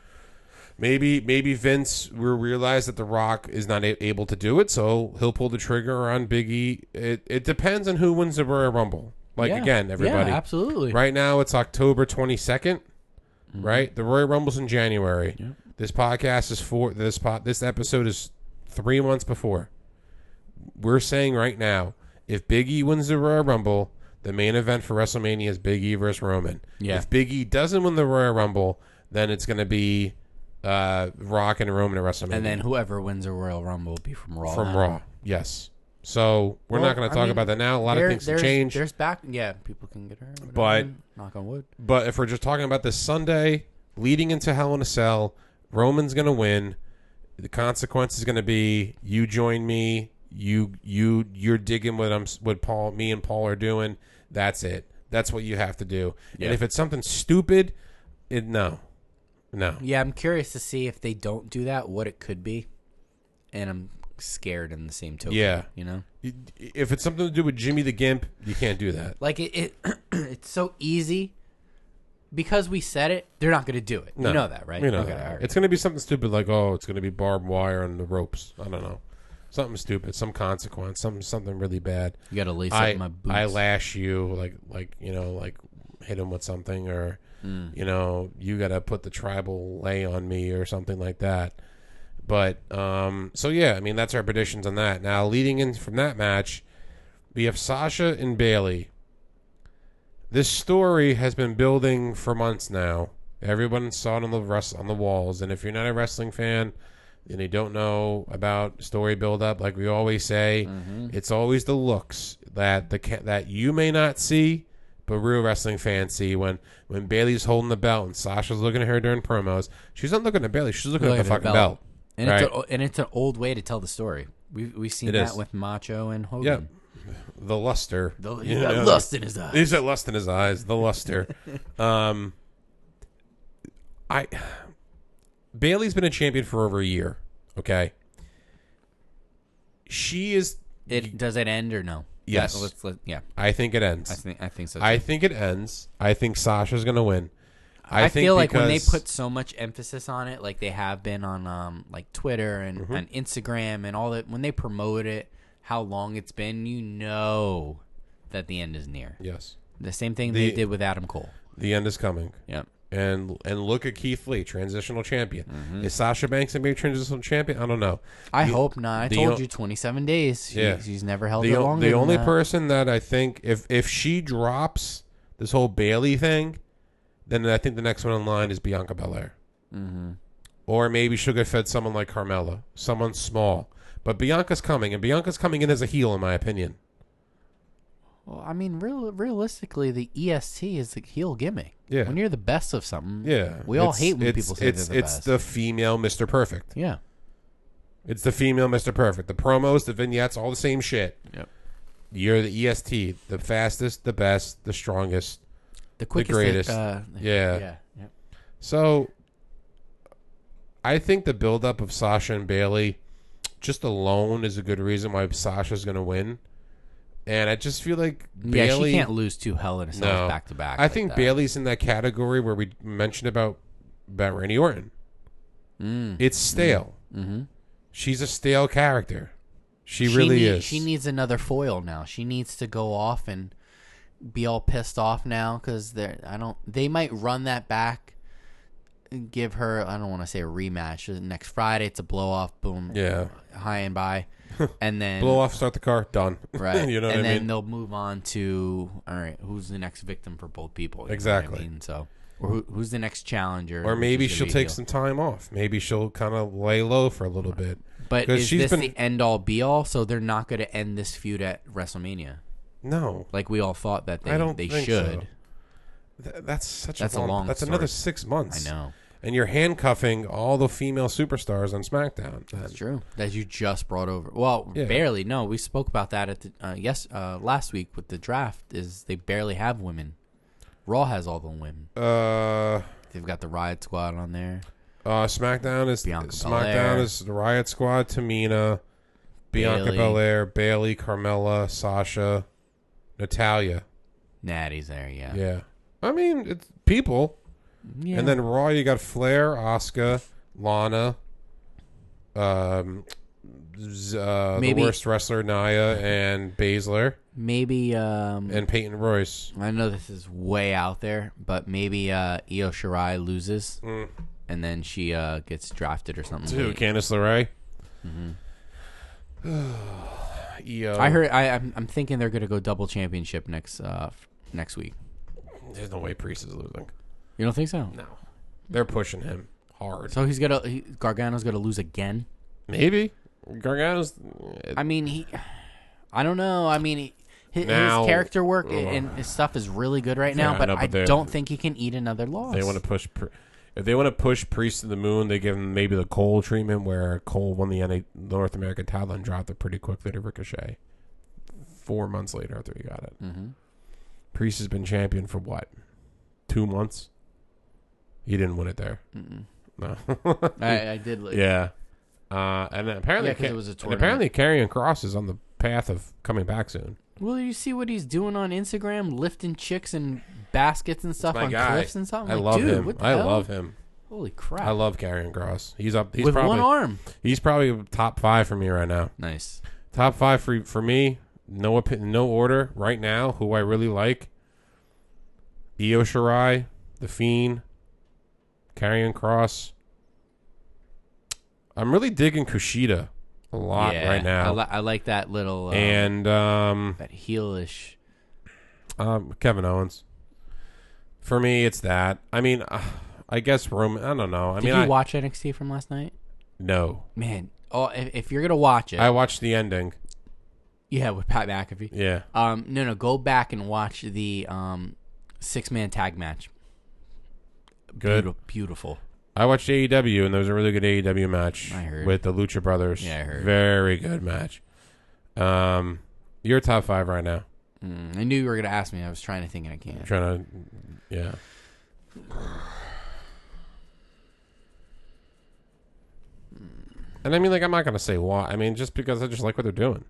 Speaker 1: Maybe maybe Vince will realize that The Rock is not a- able to do it, so he'll pull the trigger on Big E. It, it depends on who wins the Royal Rumble. Like
Speaker 2: Yeah.
Speaker 1: again, everybody.
Speaker 2: Yeah, Mm-hmm. absolutely.
Speaker 1: Right now it's October 22nd, right? The Royal Rumble's in January. This podcast is for this pot. This episode is three months before. We're saying right now, if Big E wins the Royal Rumble, the main event for WrestleMania is Big E versus Roman.
Speaker 2: Yeah.
Speaker 1: If Big E doesn't win the Royal Rumble, then it's going to be uh, Rock and Roman at WrestleMania
Speaker 2: And then whoever wins the Royal Rumble will be from Raw.
Speaker 1: from
Speaker 2: then.
Speaker 1: Raw. Yes. So we're
Speaker 2: Well,
Speaker 1: not going
Speaker 2: I
Speaker 1: to talk
Speaker 2: mean,
Speaker 1: about that now. A lot of
Speaker 2: There-
Speaker 1: things have
Speaker 2: there's-
Speaker 1: changed.
Speaker 2: There's back. Yeah, people can get hurt. whatever,
Speaker 1: But-
Speaker 2: and knock on wood.
Speaker 1: But if we're just talking about this Sunday leading into Hell in a Cell, Roman's going to win. The consequence is going to be you join me. You you you're digging what I'm what Paul me and Paul are doing. That's it. That's what you have to do.
Speaker 2: Yeah.
Speaker 1: And if it's something stupid, it no, no.
Speaker 2: Yeah, I'm curious to see if they don't do that, what it could be, and I'm scared in the same token.
Speaker 1: Yeah.
Speaker 2: you know,
Speaker 1: If it's something to do with Jimmy the Gimp, you can't do that.
Speaker 2: like it, it it's so easy because we said it. They're not going to do it.
Speaker 1: No.
Speaker 2: You know that, right?
Speaker 1: You know
Speaker 2: Okay,
Speaker 1: that.
Speaker 2: all right.
Speaker 1: It's going to be something stupid like oh, it's going to be barbed wire and the ropes. I don't know. Something stupid, some consequence, some something really bad.
Speaker 2: you got to lace
Speaker 1: I,
Speaker 2: up my boots.
Speaker 1: I lash you like like you know like hit him with something or
Speaker 2: Hmm.
Speaker 1: you know you got to put the tribal lay on me or something like that. But um so yeah, I mean that's our predictions on that. Now leading in from that match, we have Sasha and Bailey. This story has been building for months now. Everyone saw it on the rest on the walls, and if you're not a wrestling fan and you don't know about story build up, like we always say, it's always the looks that the ca- that you may not see, but real wrestling fans see when when Bailey's holding the belt and Sasha's looking at her during promos. She's not looking at Bailey; she's looking at the
Speaker 2: Look at her
Speaker 1: fucking belt.
Speaker 2: belt. and it's
Speaker 1: right.
Speaker 2: a, and it's an old way to tell the story. We've we've seen
Speaker 1: It
Speaker 2: that
Speaker 1: is.
Speaker 2: with Macho and Hogan.
Speaker 1: Yep. The luster.
Speaker 2: The, he's
Speaker 1: You
Speaker 2: got
Speaker 1: know.
Speaker 2: lust in his eye.
Speaker 1: He's got lust in his eyes. The luster. um, I Bailey's been a champion for over a year. Okay. She is.
Speaker 2: It does it end or no?
Speaker 1: Yes.
Speaker 2: Yeah, let's, let, yeah
Speaker 1: I think it ends.
Speaker 2: I think I think so.
Speaker 1: I think it ends. I think Sasha's gonna win. I,
Speaker 2: I
Speaker 1: think
Speaker 2: feel like when they
Speaker 1: because-
Speaker 2: put so much emphasis on it, like they have been on um, like Twitter and
Speaker 1: Mm-hmm.
Speaker 2: on Instagram and all that, when they promote it, how long it's been, you know that the end is near.
Speaker 1: yes,
Speaker 2: The same thing
Speaker 1: The-
Speaker 2: they did with Adam Cole.
Speaker 1: the end is coming.
Speaker 2: Yep.
Speaker 1: And and look at Keith Lee, transitional champion.
Speaker 2: Mm-hmm.
Speaker 1: Is Sasha Banks gonna be a transitional champion? I don't know.
Speaker 2: I hope not. I
Speaker 1: the
Speaker 2: told
Speaker 1: o-
Speaker 2: you, twenty seven days. She,
Speaker 1: Yeah.
Speaker 2: She's never held
Speaker 1: the,
Speaker 2: it
Speaker 1: o-
Speaker 2: longer.
Speaker 1: the
Speaker 2: than
Speaker 1: only
Speaker 2: that.
Speaker 1: person that I think if if she drops this whole Bailey thing, then I think the next one in line is Bianca Belair, mm-hmm. or maybe she'll get fed someone like Carmella, someone small. But Bianca's coming, and Bianca's coming in as a heel, in my opinion.
Speaker 2: Well, I mean, real, realistically, the EST is the heel gimmick.
Speaker 1: Yeah.
Speaker 2: When you're the best of something.
Speaker 1: Yeah,
Speaker 2: We all
Speaker 1: it's-
Speaker 2: hate when
Speaker 1: it's-
Speaker 2: people say
Speaker 1: it's
Speaker 2: they're the
Speaker 1: it's
Speaker 2: best.
Speaker 1: the female Mister Perfect.
Speaker 2: yeah.
Speaker 1: It's the female Mister Perfect. The promos, the vignettes, all the same shit.
Speaker 2: Yep.
Speaker 1: You're the EST, the fastest, the best, the strongest.
Speaker 2: The quickest.
Speaker 1: greatest.
Speaker 2: Uh,
Speaker 1: Yeah.
Speaker 2: Yeah. Yep.
Speaker 1: So I think the buildup of Sasha and Bailey just alone is a good reason why Sasha's going to win. And I just feel like Bailey
Speaker 2: yeah, she can't lose two Hell in a Cells
Speaker 1: No.
Speaker 2: back to back.
Speaker 1: I
Speaker 2: like
Speaker 1: think
Speaker 2: that.
Speaker 1: Bailey's in that category where we mentioned about about Randy Orton.
Speaker 2: Mm.
Speaker 1: It's stale. Mm-hmm. She's a stale character. She, really
Speaker 2: need-
Speaker 1: is.
Speaker 2: She needs another foil now. She needs to go off and be all pissed off now because they I don't. They might run that back. and Give her. I don't want to say a rematch. uh, Next Friday, it's a blow off. Boom.
Speaker 1: Yeah.
Speaker 2: High and by, and then
Speaker 1: Blow off, start the car, done.
Speaker 2: right.
Speaker 1: you know what
Speaker 2: and
Speaker 1: I
Speaker 2: then
Speaker 1: mean?
Speaker 2: they'll move on to all right. Who's the next victim for both people? You know what I
Speaker 1: Exactly.
Speaker 2: mean? So. Or who, who's the next challenger?
Speaker 1: Or
Speaker 2: which
Speaker 1: maybe
Speaker 2: is
Speaker 1: she'll
Speaker 2: gonna be a
Speaker 1: take
Speaker 2: heel.
Speaker 1: some time off. Maybe she'll kind of lay low for a little bit.
Speaker 2: But
Speaker 1: 'Cause
Speaker 2: is
Speaker 1: she's
Speaker 2: this
Speaker 1: been-
Speaker 2: the end all be all? So they're not going to end this feud at WrestleMania,
Speaker 1: No,
Speaker 2: like we all thought that they
Speaker 1: I don't
Speaker 2: they
Speaker 1: think
Speaker 2: should.
Speaker 1: Th- that's such
Speaker 2: That's
Speaker 1: a
Speaker 2: a
Speaker 1: long.
Speaker 2: long
Speaker 1: that's
Speaker 2: story.
Speaker 1: another six months.
Speaker 2: I know.
Speaker 1: And you're handcuffing all the female superstars on SmackDown.
Speaker 2: That's true. That you just brought over. Well,
Speaker 1: Yeah.
Speaker 2: barely. No, we spoke about that at the uh, yes uh, last week with the draft. Is they barely have women. Raw has all the women.
Speaker 1: Uh,
Speaker 2: They've got the Riot Squad on there.
Speaker 1: uh, SmackDown is
Speaker 2: Bianca
Speaker 1: SmackDown
Speaker 2: Belair.
Speaker 1: is the Riot Squad, Tamina, Bianca
Speaker 2: Bayley.
Speaker 1: Belair, Bailey, Carmella, Sasha, Natalia.
Speaker 2: Natty's there. Yeah.
Speaker 1: Yeah, I mean it's people.
Speaker 2: Yeah.
Speaker 1: And then Raw, you got Flair, Asuka, Lana, um, z- uh, the
Speaker 2: Maybe-
Speaker 1: worst wrestler Naya and Baszler
Speaker 2: Maybe um,
Speaker 1: and Peyton Royce.
Speaker 2: I know this is way out there, but maybe uh, Io Shirai loses,
Speaker 1: Mm.
Speaker 2: and then she uh, gets drafted or something.
Speaker 1: Who?
Speaker 2: late.
Speaker 1: Candice LeRae. Io.
Speaker 2: I heard. I, I'm, I'm thinking they're gonna go double championship next uh, f- next week.
Speaker 1: There's no way Priest is losing.
Speaker 2: You don't think so?
Speaker 1: No, they're pushing him hard.
Speaker 2: So he's gonna he, Gargano's gonna lose again.
Speaker 1: Maybe Gargano's.
Speaker 2: I mean, he. I don't know. I mean, he, his,
Speaker 1: Now-
Speaker 2: his character work and his stuff is really good right now,
Speaker 1: Yeah, I
Speaker 2: but
Speaker 1: know,
Speaker 2: I,
Speaker 1: but they're-
Speaker 2: don't think he can eat another loss.
Speaker 1: They want to push. Pri- If they want to push Priest to the moon, they give him maybe the Cole treatment, where Cole won the NA North American title and dropped it pretty quickly to Ricochet. Four months later, after he got it,
Speaker 2: Mhm.
Speaker 1: Priest has been champion for what? Two months. He didn't win it there. No.
Speaker 2: I, I did. Like,
Speaker 1: yeah. Uh, and then apparently,
Speaker 2: Yeah, 'cause
Speaker 1: Ca-
Speaker 2: it was a
Speaker 1: and
Speaker 2: tournament.
Speaker 1: apparently, Karrion Cross is on the path of coming back soon.
Speaker 2: Well, you see what he's doing on Instagram, lifting chicks and baskets and stuff
Speaker 1: My
Speaker 2: on
Speaker 1: guy.
Speaker 2: cliffs and something.
Speaker 1: I
Speaker 2: Like,
Speaker 1: love
Speaker 2: Oh dude,
Speaker 1: him.
Speaker 2: What the
Speaker 1: I
Speaker 2: hell?
Speaker 1: love him.
Speaker 2: Holy crap!
Speaker 1: I love Karrion Cross. He's up. He's
Speaker 2: With
Speaker 1: probably
Speaker 2: one arm.
Speaker 1: he's probably top five for me right now.
Speaker 2: Nice.
Speaker 1: Top five for for me. No opi- no order right now. Who I really like. Io Shirai, The Fiend, Karrion Cross. I'm really digging Kushida a lot
Speaker 2: yeah,
Speaker 1: right now,
Speaker 2: I, li- I like that little uh,
Speaker 1: and um,
Speaker 2: that heelish.
Speaker 1: Um, Kevin Owens. For me, it's that. I mean, uh, I guess Roman. I don't know. I
Speaker 2: Did
Speaker 1: mean,
Speaker 2: you
Speaker 1: I,
Speaker 2: watch NXT from last night?
Speaker 1: no.
Speaker 2: Man, oh, if, if you're gonna watch it,
Speaker 1: I watched the ending.
Speaker 2: yeah, with Pat McAfee.
Speaker 1: Yeah,
Speaker 2: Um, no, no, go back and watch the um six man tag match.
Speaker 1: good.
Speaker 2: Beautiful, beautiful.
Speaker 1: I watched AEW, and there was a really good AEW match
Speaker 2: I heard.
Speaker 1: with the Lucha Brothers.
Speaker 2: Yeah, I heard.
Speaker 1: Very good match. Um, your top five right now.
Speaker 2: Mm, I knew you were gonna ask me. I was trying to think and I
Speaker 1: I'm
Speaker 2: can't.
Speaker 1: trying to, yeah. And I mean, like, I'm not gonna say why. I mean, just because I just like what they're doing.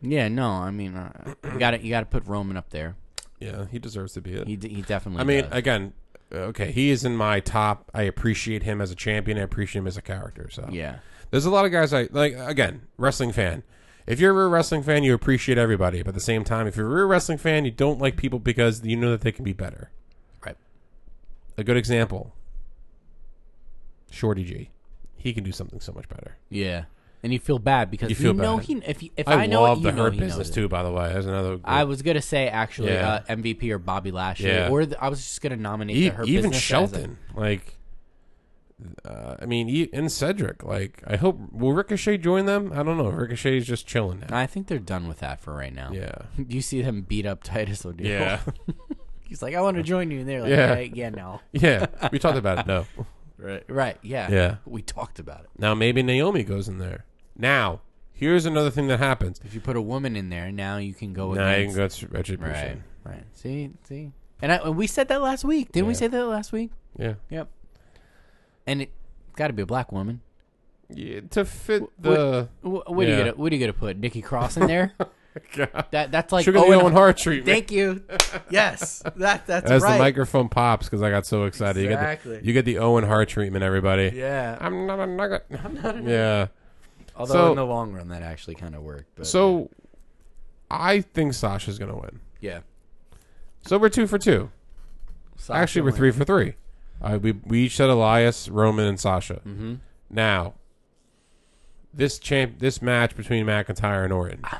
Speaker 2: Yeah, no, I mean, uh, you got to you got to put Roman up there.
Speaker 1: Yeah, he deserves to be it.
Speaker 2: He d- he definitely.
Speaker 1: I mean,
Speaker 2: does.
Speaker 1: again, uh, okay, he is in my top. I appreciate him as a champion. I appreciate him as a character. So
Speaker 2: yeah,
Speaker 1: there's a lot of guys I like. Again, wrestling fan. If you're a wrestling fan, you appreciate everybody. But at the same time, if you're a wrestling fan, you don't like people because you know that they can be better.
Speaker 2: right.
Speaker 1: A good example, Shorty G. He can do something so much better.
Speaker 2: Yeah, and you feel bad because
Speaker 1: You
Speaker 2: you,
Speaker 1: feel
Speaker 2: know
Speaker 1: bad.
Speaker 2: he. If you, if
Speaker 1: I,
Speaker 2: I, know
Speaker 1: love
Speaker 2: it,
Speaker 1: the
Speaker 2: you know
Speaker 1: Hurt
Speaker 2: he knows
Speaker 1: Business
Speaker 2: it.
Speaker 1: too, by the way. There's another.
Speaker 2: I was gonna say actually
Speaker 1: Yeah.
Speaker 2: uh, MVP or Bobby Lashley,
Speaker 1: Yeah.
Speaker 2: or the, I was just gonna nominate
Speaker 1: E-
Speaker 2: the Hurt
Speaker 1: even
Speaker 2: Business as a-
Speaker 1: Shelton, like, uh, I mean, e- and Cedric, like, I hope will Ricochet join them. I don't know. Ricochet's just chilling now.
Speaker 2: I think they're done with that for right now.
Speaker 1: yeah,
Speaker 2: Do you see them beat up Titus O'Neil?
Speaker 1: yeah,
Speaker 2: He's like, I want to join you, and they're like,
Speaker 1: Yeah.
Speaker 2: yeah, yeah, no,
Speaker 1: yeah. We talked about it. No,
Speaker 3: Right.
Speaker 2: right, yeah,
Speaker 1: Yeah.
Speaker 2: We talked about it.
Speaker 1: now maybe Naomi goes in there. Now, here's another thing that happens.
Speaker 2: If you put a woman in there, now you can go
Speaker 1: Now you
Speaker 2: against.
Speaker 1: can go to retribution.
Speaker 2: right, right. See, see, and, I, and we said that last week, didn't we
Speaker 1: Yeah.
Speaker 2: say that last week?
Speaker 1: Yeah,
Speaker 2: Yep. And it got to be a black woman.
Speaker 1: yeah. To fit the
Speaker 2: Wh- What are
Speaker 1: Yeah.
Speaker 2: you gonna What are you gonna put Nikki Cross in there?
Speaker 1: God.
Speaker 2: that that's like
Speaker 1: sugar
Speaker 2: Owen
Speaker 1: Owen Hart treatment.
Speaker 2: Thank you. Yes, that that's
Speaker 1: As
Speaker 2: right.
Speaker 1: the microphone pops, because I got so excited. You get
Speaker 2: Exactly.
Speaker 1: the, you get the Owen Hart treatment, everybody.
Speaker 2: yeah.
Speaker 1: I'm not a nugget. I'm not a nugget. Yeah.
Speaker 2: Although
Speaker 1: So-
Speaker 2: in the long run, that actually kind of worked. But
Speaker 1: So I think Sasha's gonna win.
Speaker 2: yeah,
Speaker 1: So we're two for two.
Speaker 2: Sasha
Speaker 1: Actually, we're
Speaker 2: went-
Speaker 1: three for three. Uh, we we each said Elias, Roman, and Sasha. Mm-hmm. Now, this champ, this match between McIntyre and Orton. this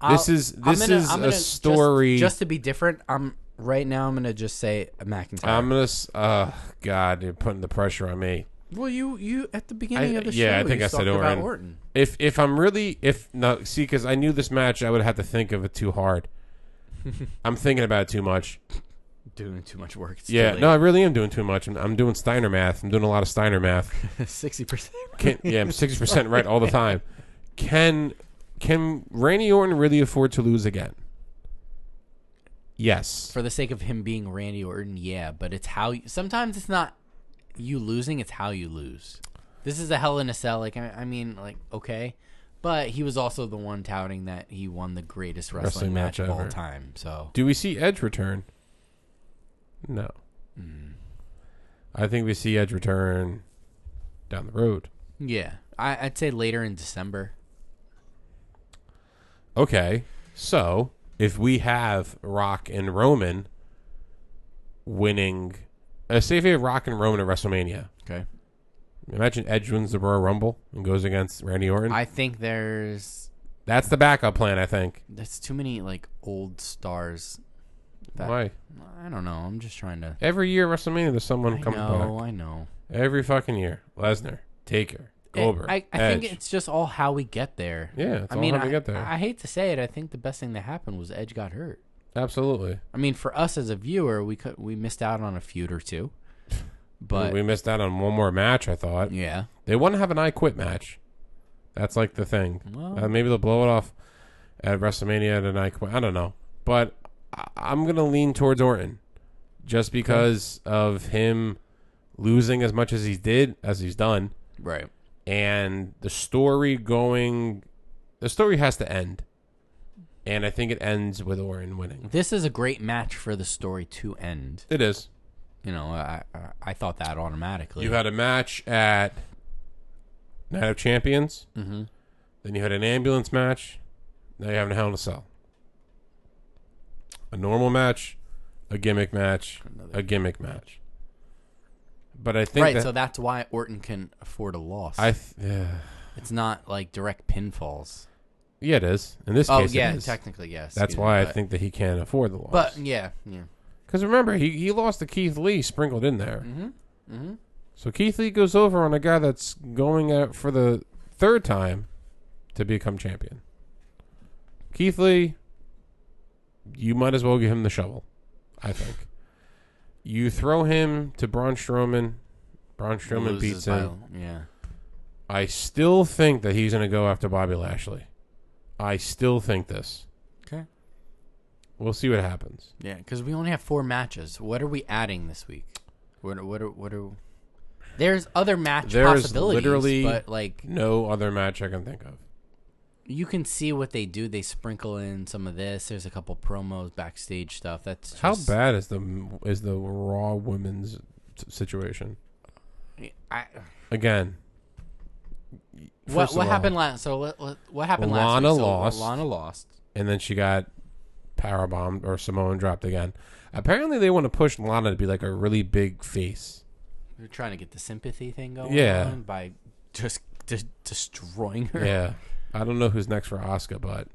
Speaker 2: I'll-
Speaker 1: is
Speaker 2: I'm
Speaker 1: this
Speaker 2: gonna-
Speaker 1: is
Speaker 2: I'm
Speaker 1: a
Speaker 2: gonna- just-
Speaker 1: story.
Speaker 2: Just, to be different, I'm right now. I'm gonna just say McIntyre.
Speaker 1: I'm gonna. s- Uh, God, you're putting the pressure on me.
Speaker 2: well, you you at the beginning
Speaker 1: I-
Speaker 2: of the
Speaker 1: yeah,
Speaker 2: show,
Speaker 1: I think
Speaker 2: you
Speaker 1: I said
Speaker 2: talked about
Speaker 1: Orton.
Speaker 2: Orton.
Speaker 1: If if I'm really if no see because I knew this match I would have to think of it too hard. I'm thinking about it too much.
Speaker 2: Doing too much work. It's
Speaker 1: Yeah, no, I really am doing too much. I'm, I'm doing Steiner math. I'm doing a lot of Steiner math.
Speaker 2: sixty percent.
Speaker 1: Can, yeah, I'm sixty percent right all the time. Can can Randy Orton really afford to lose again? Yes.
Speaker 2: For the sake of him being Randy Orton, yeah, but it's how you, sometimes it's not you losing; it's how you lose. This is a hell in a cell. Like I, I mean, like okay, but he was also the one touting that he won the greatest
Speaker 1: Wrestling
Speaker 2: wrestling,
Speaker 1: match
Speaker 2: match, of all
Speaker 1: ever.
Speaker 2: time. So
Speaker 1: Do we see Edge return?
Speaker 2: Mm.
Speaker 1: No. I think we see Edge return down the road.
Speaker 2: Yeah, I, I'd say later in December.
Speaker 1: Okay, so if we have Rock and Roman winning, uh, say if we have Rock and Roman at WrestleMania,
Speaker 2: Okay.
Speaker 1: imagine Edge wins the Royal Rumble and goes against Randy Orton.
Speaker 2: I think there's
Speaker 1: That's the backup plan, I think.
Speaker 2: that's too many like old stars. That-
Speaker 1: Why?
Speaker 2: I don't know. I'm just trying to.
Speaker 1: Every year at WrestleMania, there's someone
Speaker 2: I
Speaker 1: coming
Speaker 2: know. I know.
Speaker 1: back. Every fucking year, Lesnar, Taker,
Speaker 2: It-
Speaker 1: Goldberg,
Speaker 2: Eh, I, I
Speaker 1: Edge.
Speaker 2: think it's just all how we get there.
Speaker 1: yeah, it's
Speaker 2: I
Speaker 1: all
Speaker 2: mean,
Speaker 1: how we
Speaker 2: I,
Speaker 1: get there.
Speaker 2: I hate to say it. I think the best thing that happened was Edge got hurt.
Speaker 1: Absolutely,
Speaker 2: I mean, for us as a viewer, we could we missed out on a feud or two, but
Speaker 1: we missed out on one more match. I thought
Speaker 2: yeah,
Speaker 1: they want to have an I Quit match. That's like the thing.
Speaker 2: well,
Speaker 1: Uh, maybe they'll blow it off at WrestleMania and I Quit. I don't know, but I- I'm gonna lean towards Orton just because of him losing as much as he did as he's done.
Speaker 2: right,
Speaker 1: and the story going the story has to end and i think it ends with Orton winning
Speaker 2: this is a great match for the story to end.
Speaker 1: it is
Speaker 2: You know, I I, I thought that automatically.
Speaker 1: you had a match at night of champions
Speaker 2: hmm
Speaker 1: then you had an ambulance match now you're having a hell in a cell a normal match a gimmick match a gimmick match but i think
Speaker 2: right,
Speaker 1: that
Speaker 2: so that's why Orton can afford a loss.
Speaker 1: i th- yeah.
Speaker 2: it's not like direct pinfalls.
Speaker 1: yeah it is in this
Speaker 2: Oh
Speaker 1: case
Speaker 2: yeah,
Speaker 1: it is.
Speaker 2: technically yes.
Speaker 1: that's
Speaker 2: Excuse me,
Speaker 1: why i
Speaker 2: but-
Speaker 1: think that he can't afford the loss
Speaker 2: But yeah, yeah,
Speaker 1: Because remember, he, he lost to Keith Lee sprinkled in there.
Speaker 2: Mhm, mhm.
Speaker 1: So Keith Lee goes over on a guy that's going out for the third time to become champion. Keith Lee, you might as well give him the shovel, I think. You throw him to Braun Strowman. Braun Strowman
Speaker 2: Loses
Speaker 1: beats
Speaker 2: by-
Speaker 1: him.
Speaker 2: Yeah,
Speaker 1: I still think that he's going to go after Bobby Lashley. I still think this.
Speaker 2: Okay.
Speaker 1: We'll see what happens.
Speaker 2: yeah, because we only have four matches. What are we adding this week? What are, what are, what are? There's other match
Speaker 1: There's
Speaker 2: possibilities,
Speaker 1: literally-
Speaker 2: but like
Speaker 1: No other match I can think of.
Speaker 2: you can see what they do. They sprinkle in some of this. There's a couple promos, backstage stuff. That's
Speaker 1: How
Speaker 2: just-
Speaker 1: bad is the is the Raw women's t- situation
Speaker 2: I,
Speaker 1: again?
Speaker 2: what
Speaker 1: first
Speaker 2: what
Speaker 1: of all,
Speaker 2: happened last? So let, let- what happened last?
Speaker 1: Lana
Speaker 2: week? So
Speaker 1: lost.
Speaker 2: Lana lost.
Speaker 1: And then she got powerbombed or Samoan dropped again. Apparently, they want to push Lana to be like a really big face.
Speaker 2: They're trying to get the sympathy thing going.
Speaker 1: Yeah.
Speaker 2: on by just de- destroying her.
Speaker 1: Yeah, I don't know who's next for Oscar, but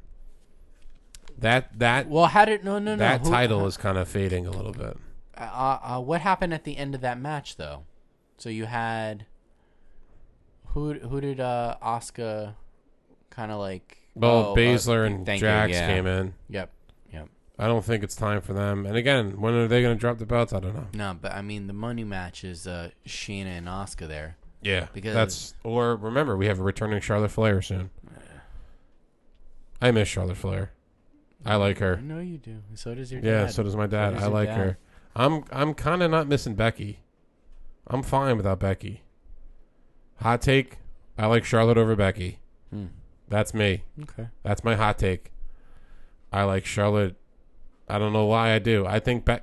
Speaker 1: that that
Speaker 2: Well, how did no no
Speaker 1: that
Speaker 2: no who-
Speaker 1: title is kind of fading a little bit.
Speaker 2: uh, uh, what happened at the end of that match though? So you had who who did uh Oscar kind of like
Speaker 1: Well,
Speaker 2: oh,
Speaker 1: Baszler
Speaker 2: uh,
Speaker 1: and
Speaker 2: thank you,
Speaker 1: Jax
Speaker 2: yeah.
Speaker 1: came in.
Speaker 2: Yep. Yep.
Speaker 1: I don't think it's time for them. And again, when are they going to drop the belts? I don't know.
Speaker 2: No, but I mean the money match is uh Sheena and Oscar there.
Speaker 1: Yeah,
Speaker 2: Because-
Speaker 1: that's or remember we have a returning Charlotte Flair soon. I miss Charlotte Flair. I like
Speaker 2: I
Speaker 1: her.
Speaker 2: know you do. So does your
Speaker 1: Yeah,
Speaker 2: dad.
Speaker 1: so does my dad.
Speaker 2: does
Speaker 1: I
Speaker 2: your
Speaker 1: like
Speaker 2: dad.
Speaker 1: her. I'm I'm kind of not missing Becky. I'm fine without Becky. Hot take: I like Charlotte over Becky.
Speaker 2: Hmm.
Speaker 1: That's me.
Speaker 2: okay.
Speaker 1: That's my hot take. I like Charlotte. I don't know why I do. I think Be-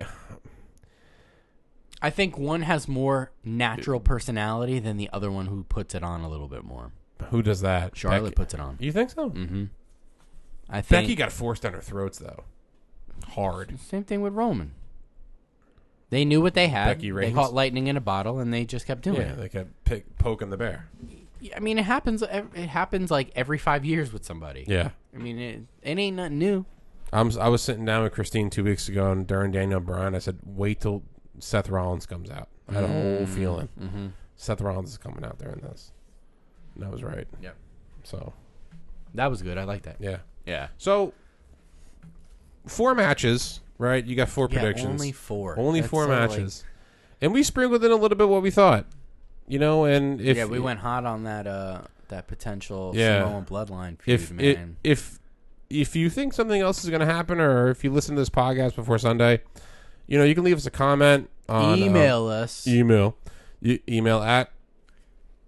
Speaker 2: I think one has more natural personality than the other one who puts it on a little bit more.
Speaker 1: who does that?
Speaker 2: Charlotte
Speaker 1: Becky-
Speaker 2: puts it on.
Speaker 1: You think so?
Speaker 2: Mm-hmm. I think
Speaker 1: Becky got forced down her throats though. Hard.
Speaker 2: Same thing with Roman. They knew what they had.
Speaker 1: Becky
Speaker 2: they
Speaker 1: Reigns.
Speaker 2: caught lightning in a bottle, and they just kept doing
Speaker 1: Yeah, they kept pick, poking the bear.
Speaker 2: it. I mean, it happens. ev- It happens like every five years with somebody.
Speaker 1: Yeah,
Speaker 2: I mean, it, it ain't nothing new.
Speaker 1: I'm. I was sitting down with Christine two weeks ago, and during Daniel Bryan, I said, "Wait till Seth Rollins comes out." I had a whole feeling
Speaker 2: Mm-hmm.
Speaker 1: Seth Rollins is coming out during this, and I was right.
Speaker 2: Yep.
Speaker 1: So
Speaker 2: That was good. I like that.
Speaker 1: yeah,
Speaker 2: Yeah.
Speaker 1: so four matches, right? You got four predictions.
Speaker 2: Only four.
Speaker 1: Only
Speaker 2: That's
Speaker 1: four
Speaker 2: so, like-
Speaker 1: matches, and we sprinkled in a little bit what we thought, you know. And if
Speaker 2: yeah, we went hot on that. Uh, that potential
Speaker 1: Yeah.
Speaker 2: Samoan bloodline feud,
Speaker 1: if it,
Speaker 2: man.
Speaker 1: if if you think something else is going to happen, or if you listen to this podcast before Sunday, you know you can leave us a comment on uh,
Speaker 2: Email us
Speaker 1: email, E- email at.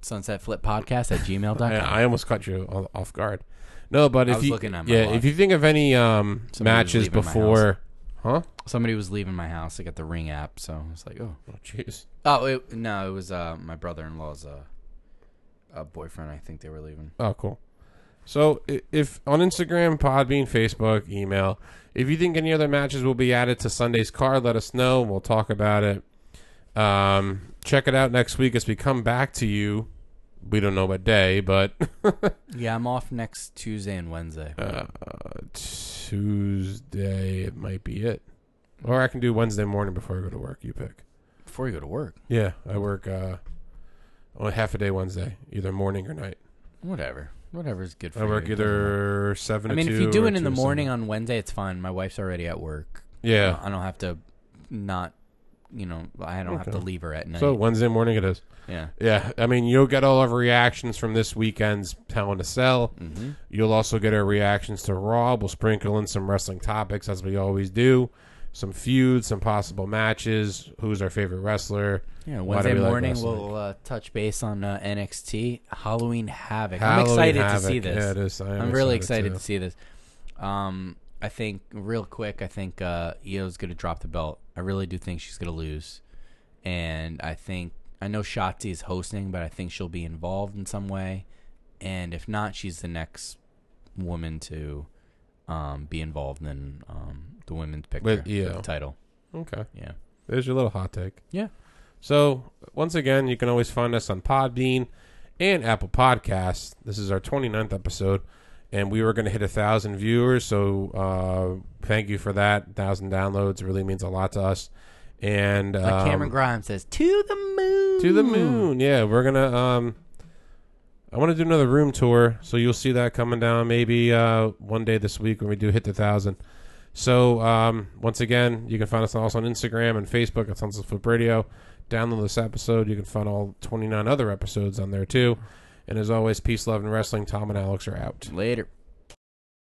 Speaker 2: sunsetflippodcast at gmail.com.
Speaker 1: I, I almost caught you o- off guard. No, but
Speaker 2: I
Speaker 1: if
Speaker 2: was
Speaker 1: you
Speaker 2: looking at my
Speaker 1: yeah,
Speaker 2: watch.
Speaker 1: if you think of any um,
Speaker 2: Somebody was
Speaker 1: matches
Speaker 2: leaving my
Speaker 1: before, huh?
Speaker 2: Somebody was leaving my house. I got the Ring app, so I was like, oh.
Speaker 1: Oh, jeez.
Speaker 2: Oh it, no, it was uh, my brother in law's uh, a boyfriend. I think they were leaving.
Speaker 1: Oh, cool. So i- if on Instagram, Podbean, Facebook, email, if you think any other matches will be added to Sunday's card, let us know. and We'll talk about it. Um, check it out next week as we come back to you. We don't know what day, but
Speaker 2: Yeah, I'm off next Tuesday and Wednesday.
Speaker 1: uh, Tuesday it might be it. Or I can do Wednesday morning before I go to work. You pick.
Speaker 2: Before you go to work,
Speaker 1: Yeah, I work uh, on half a day Wednesday, either morning or night.
Speaker 2: whatever, whatever's good for
Speaker 1: I
Speaker 2: you.
Speaker 1: work
Speaker 2: It doesn't matter.
Speaker 1: either seven.
Speaker 2: I
Speaker 1: to
Speaker 2: mean, if
Speaker 1: two
Speaker 2: you
Speaker 1: or
Speaker 2: do it in the
Speaker 1: two to
Speaker 2: morning
Speaker 1: seven.
Speaker 2: on Wednesday, it's fine. My wife's already at work.
Speaker 1: yeah.
Speaker 2: I don't have to, not, you know, I don't have to
Speaker 1: Okay.
Speaker 2: leave her at night.
Speaker 1: So Wednesday morning it is.
Speaker 2: yeah.
Speaker 1: Yeah, I mean, you'll get all of our reactions from this weekend's Hell in a Cell.
Speaker 2: Mm-hmm.
Speaker 1: You'll also get our reactions to Raw. We'll sprinkle in some wrestling topics as we always do, some feuds, some possible matches. Who's our favorite wrestler?
Speaker 2: Yeah,
Speaker 1: Why
Speaker 2: Wednesday
Speaker 1: do we like
Speaker 2: morning
Speaker 1: wrestling?
Speaker 2: we'll uh, touch base on uh, NXT Halloween Havoc. I'm
Speaker 1: Halloween
Speaker 2: excited
Speaker 1: Havoc.
Speaker 2: to see this.
Speaker 1: Yeah, it is. I am
Speaker 2: I'm really excited
Speaker 1: too.
Speaker 2: to see this. Um, I think real quick, I think uh, Io's gonna drop the belt. I really do think she's gonna lose, and I think I know Shotzi is hosting, but I think she'll be involved in some way, and if not, she's the next woman to um, be involved in um, the women's picture
Speaker 1: With
Speaker 2: for
Speaker 1: Io.
Speaker 2: the title.
Speaker 1: Okay.
Speaker 2: Yeah.
Speaker 1: There's your little hot take.
Speaker 2: Yeah.
Speaker 1: So once again, you can always find us on Podbean and Apple Podcasts. This is our 29th episode, and we were going to hit a thousand viewers. So uh, thank you for that. Thousand downloads It really means a lot to us. And um,
Speaker 2: Like Cameron Grimes says, "To the moon."
Speaker 1: to the moon. Yeah, we're gonna. Um, I want to do another room tour, so you'll see that coming down maybe uh, one day this week when we do hit the thousand. So um, once again, you can find us also on Instagram and Facebook at Sunset Flip Radio. Download this episode. You can find all 29 other episodes on there too. And as always, peace, love, and wrestling. Tom and Alex are out.
Speaker 2: Later.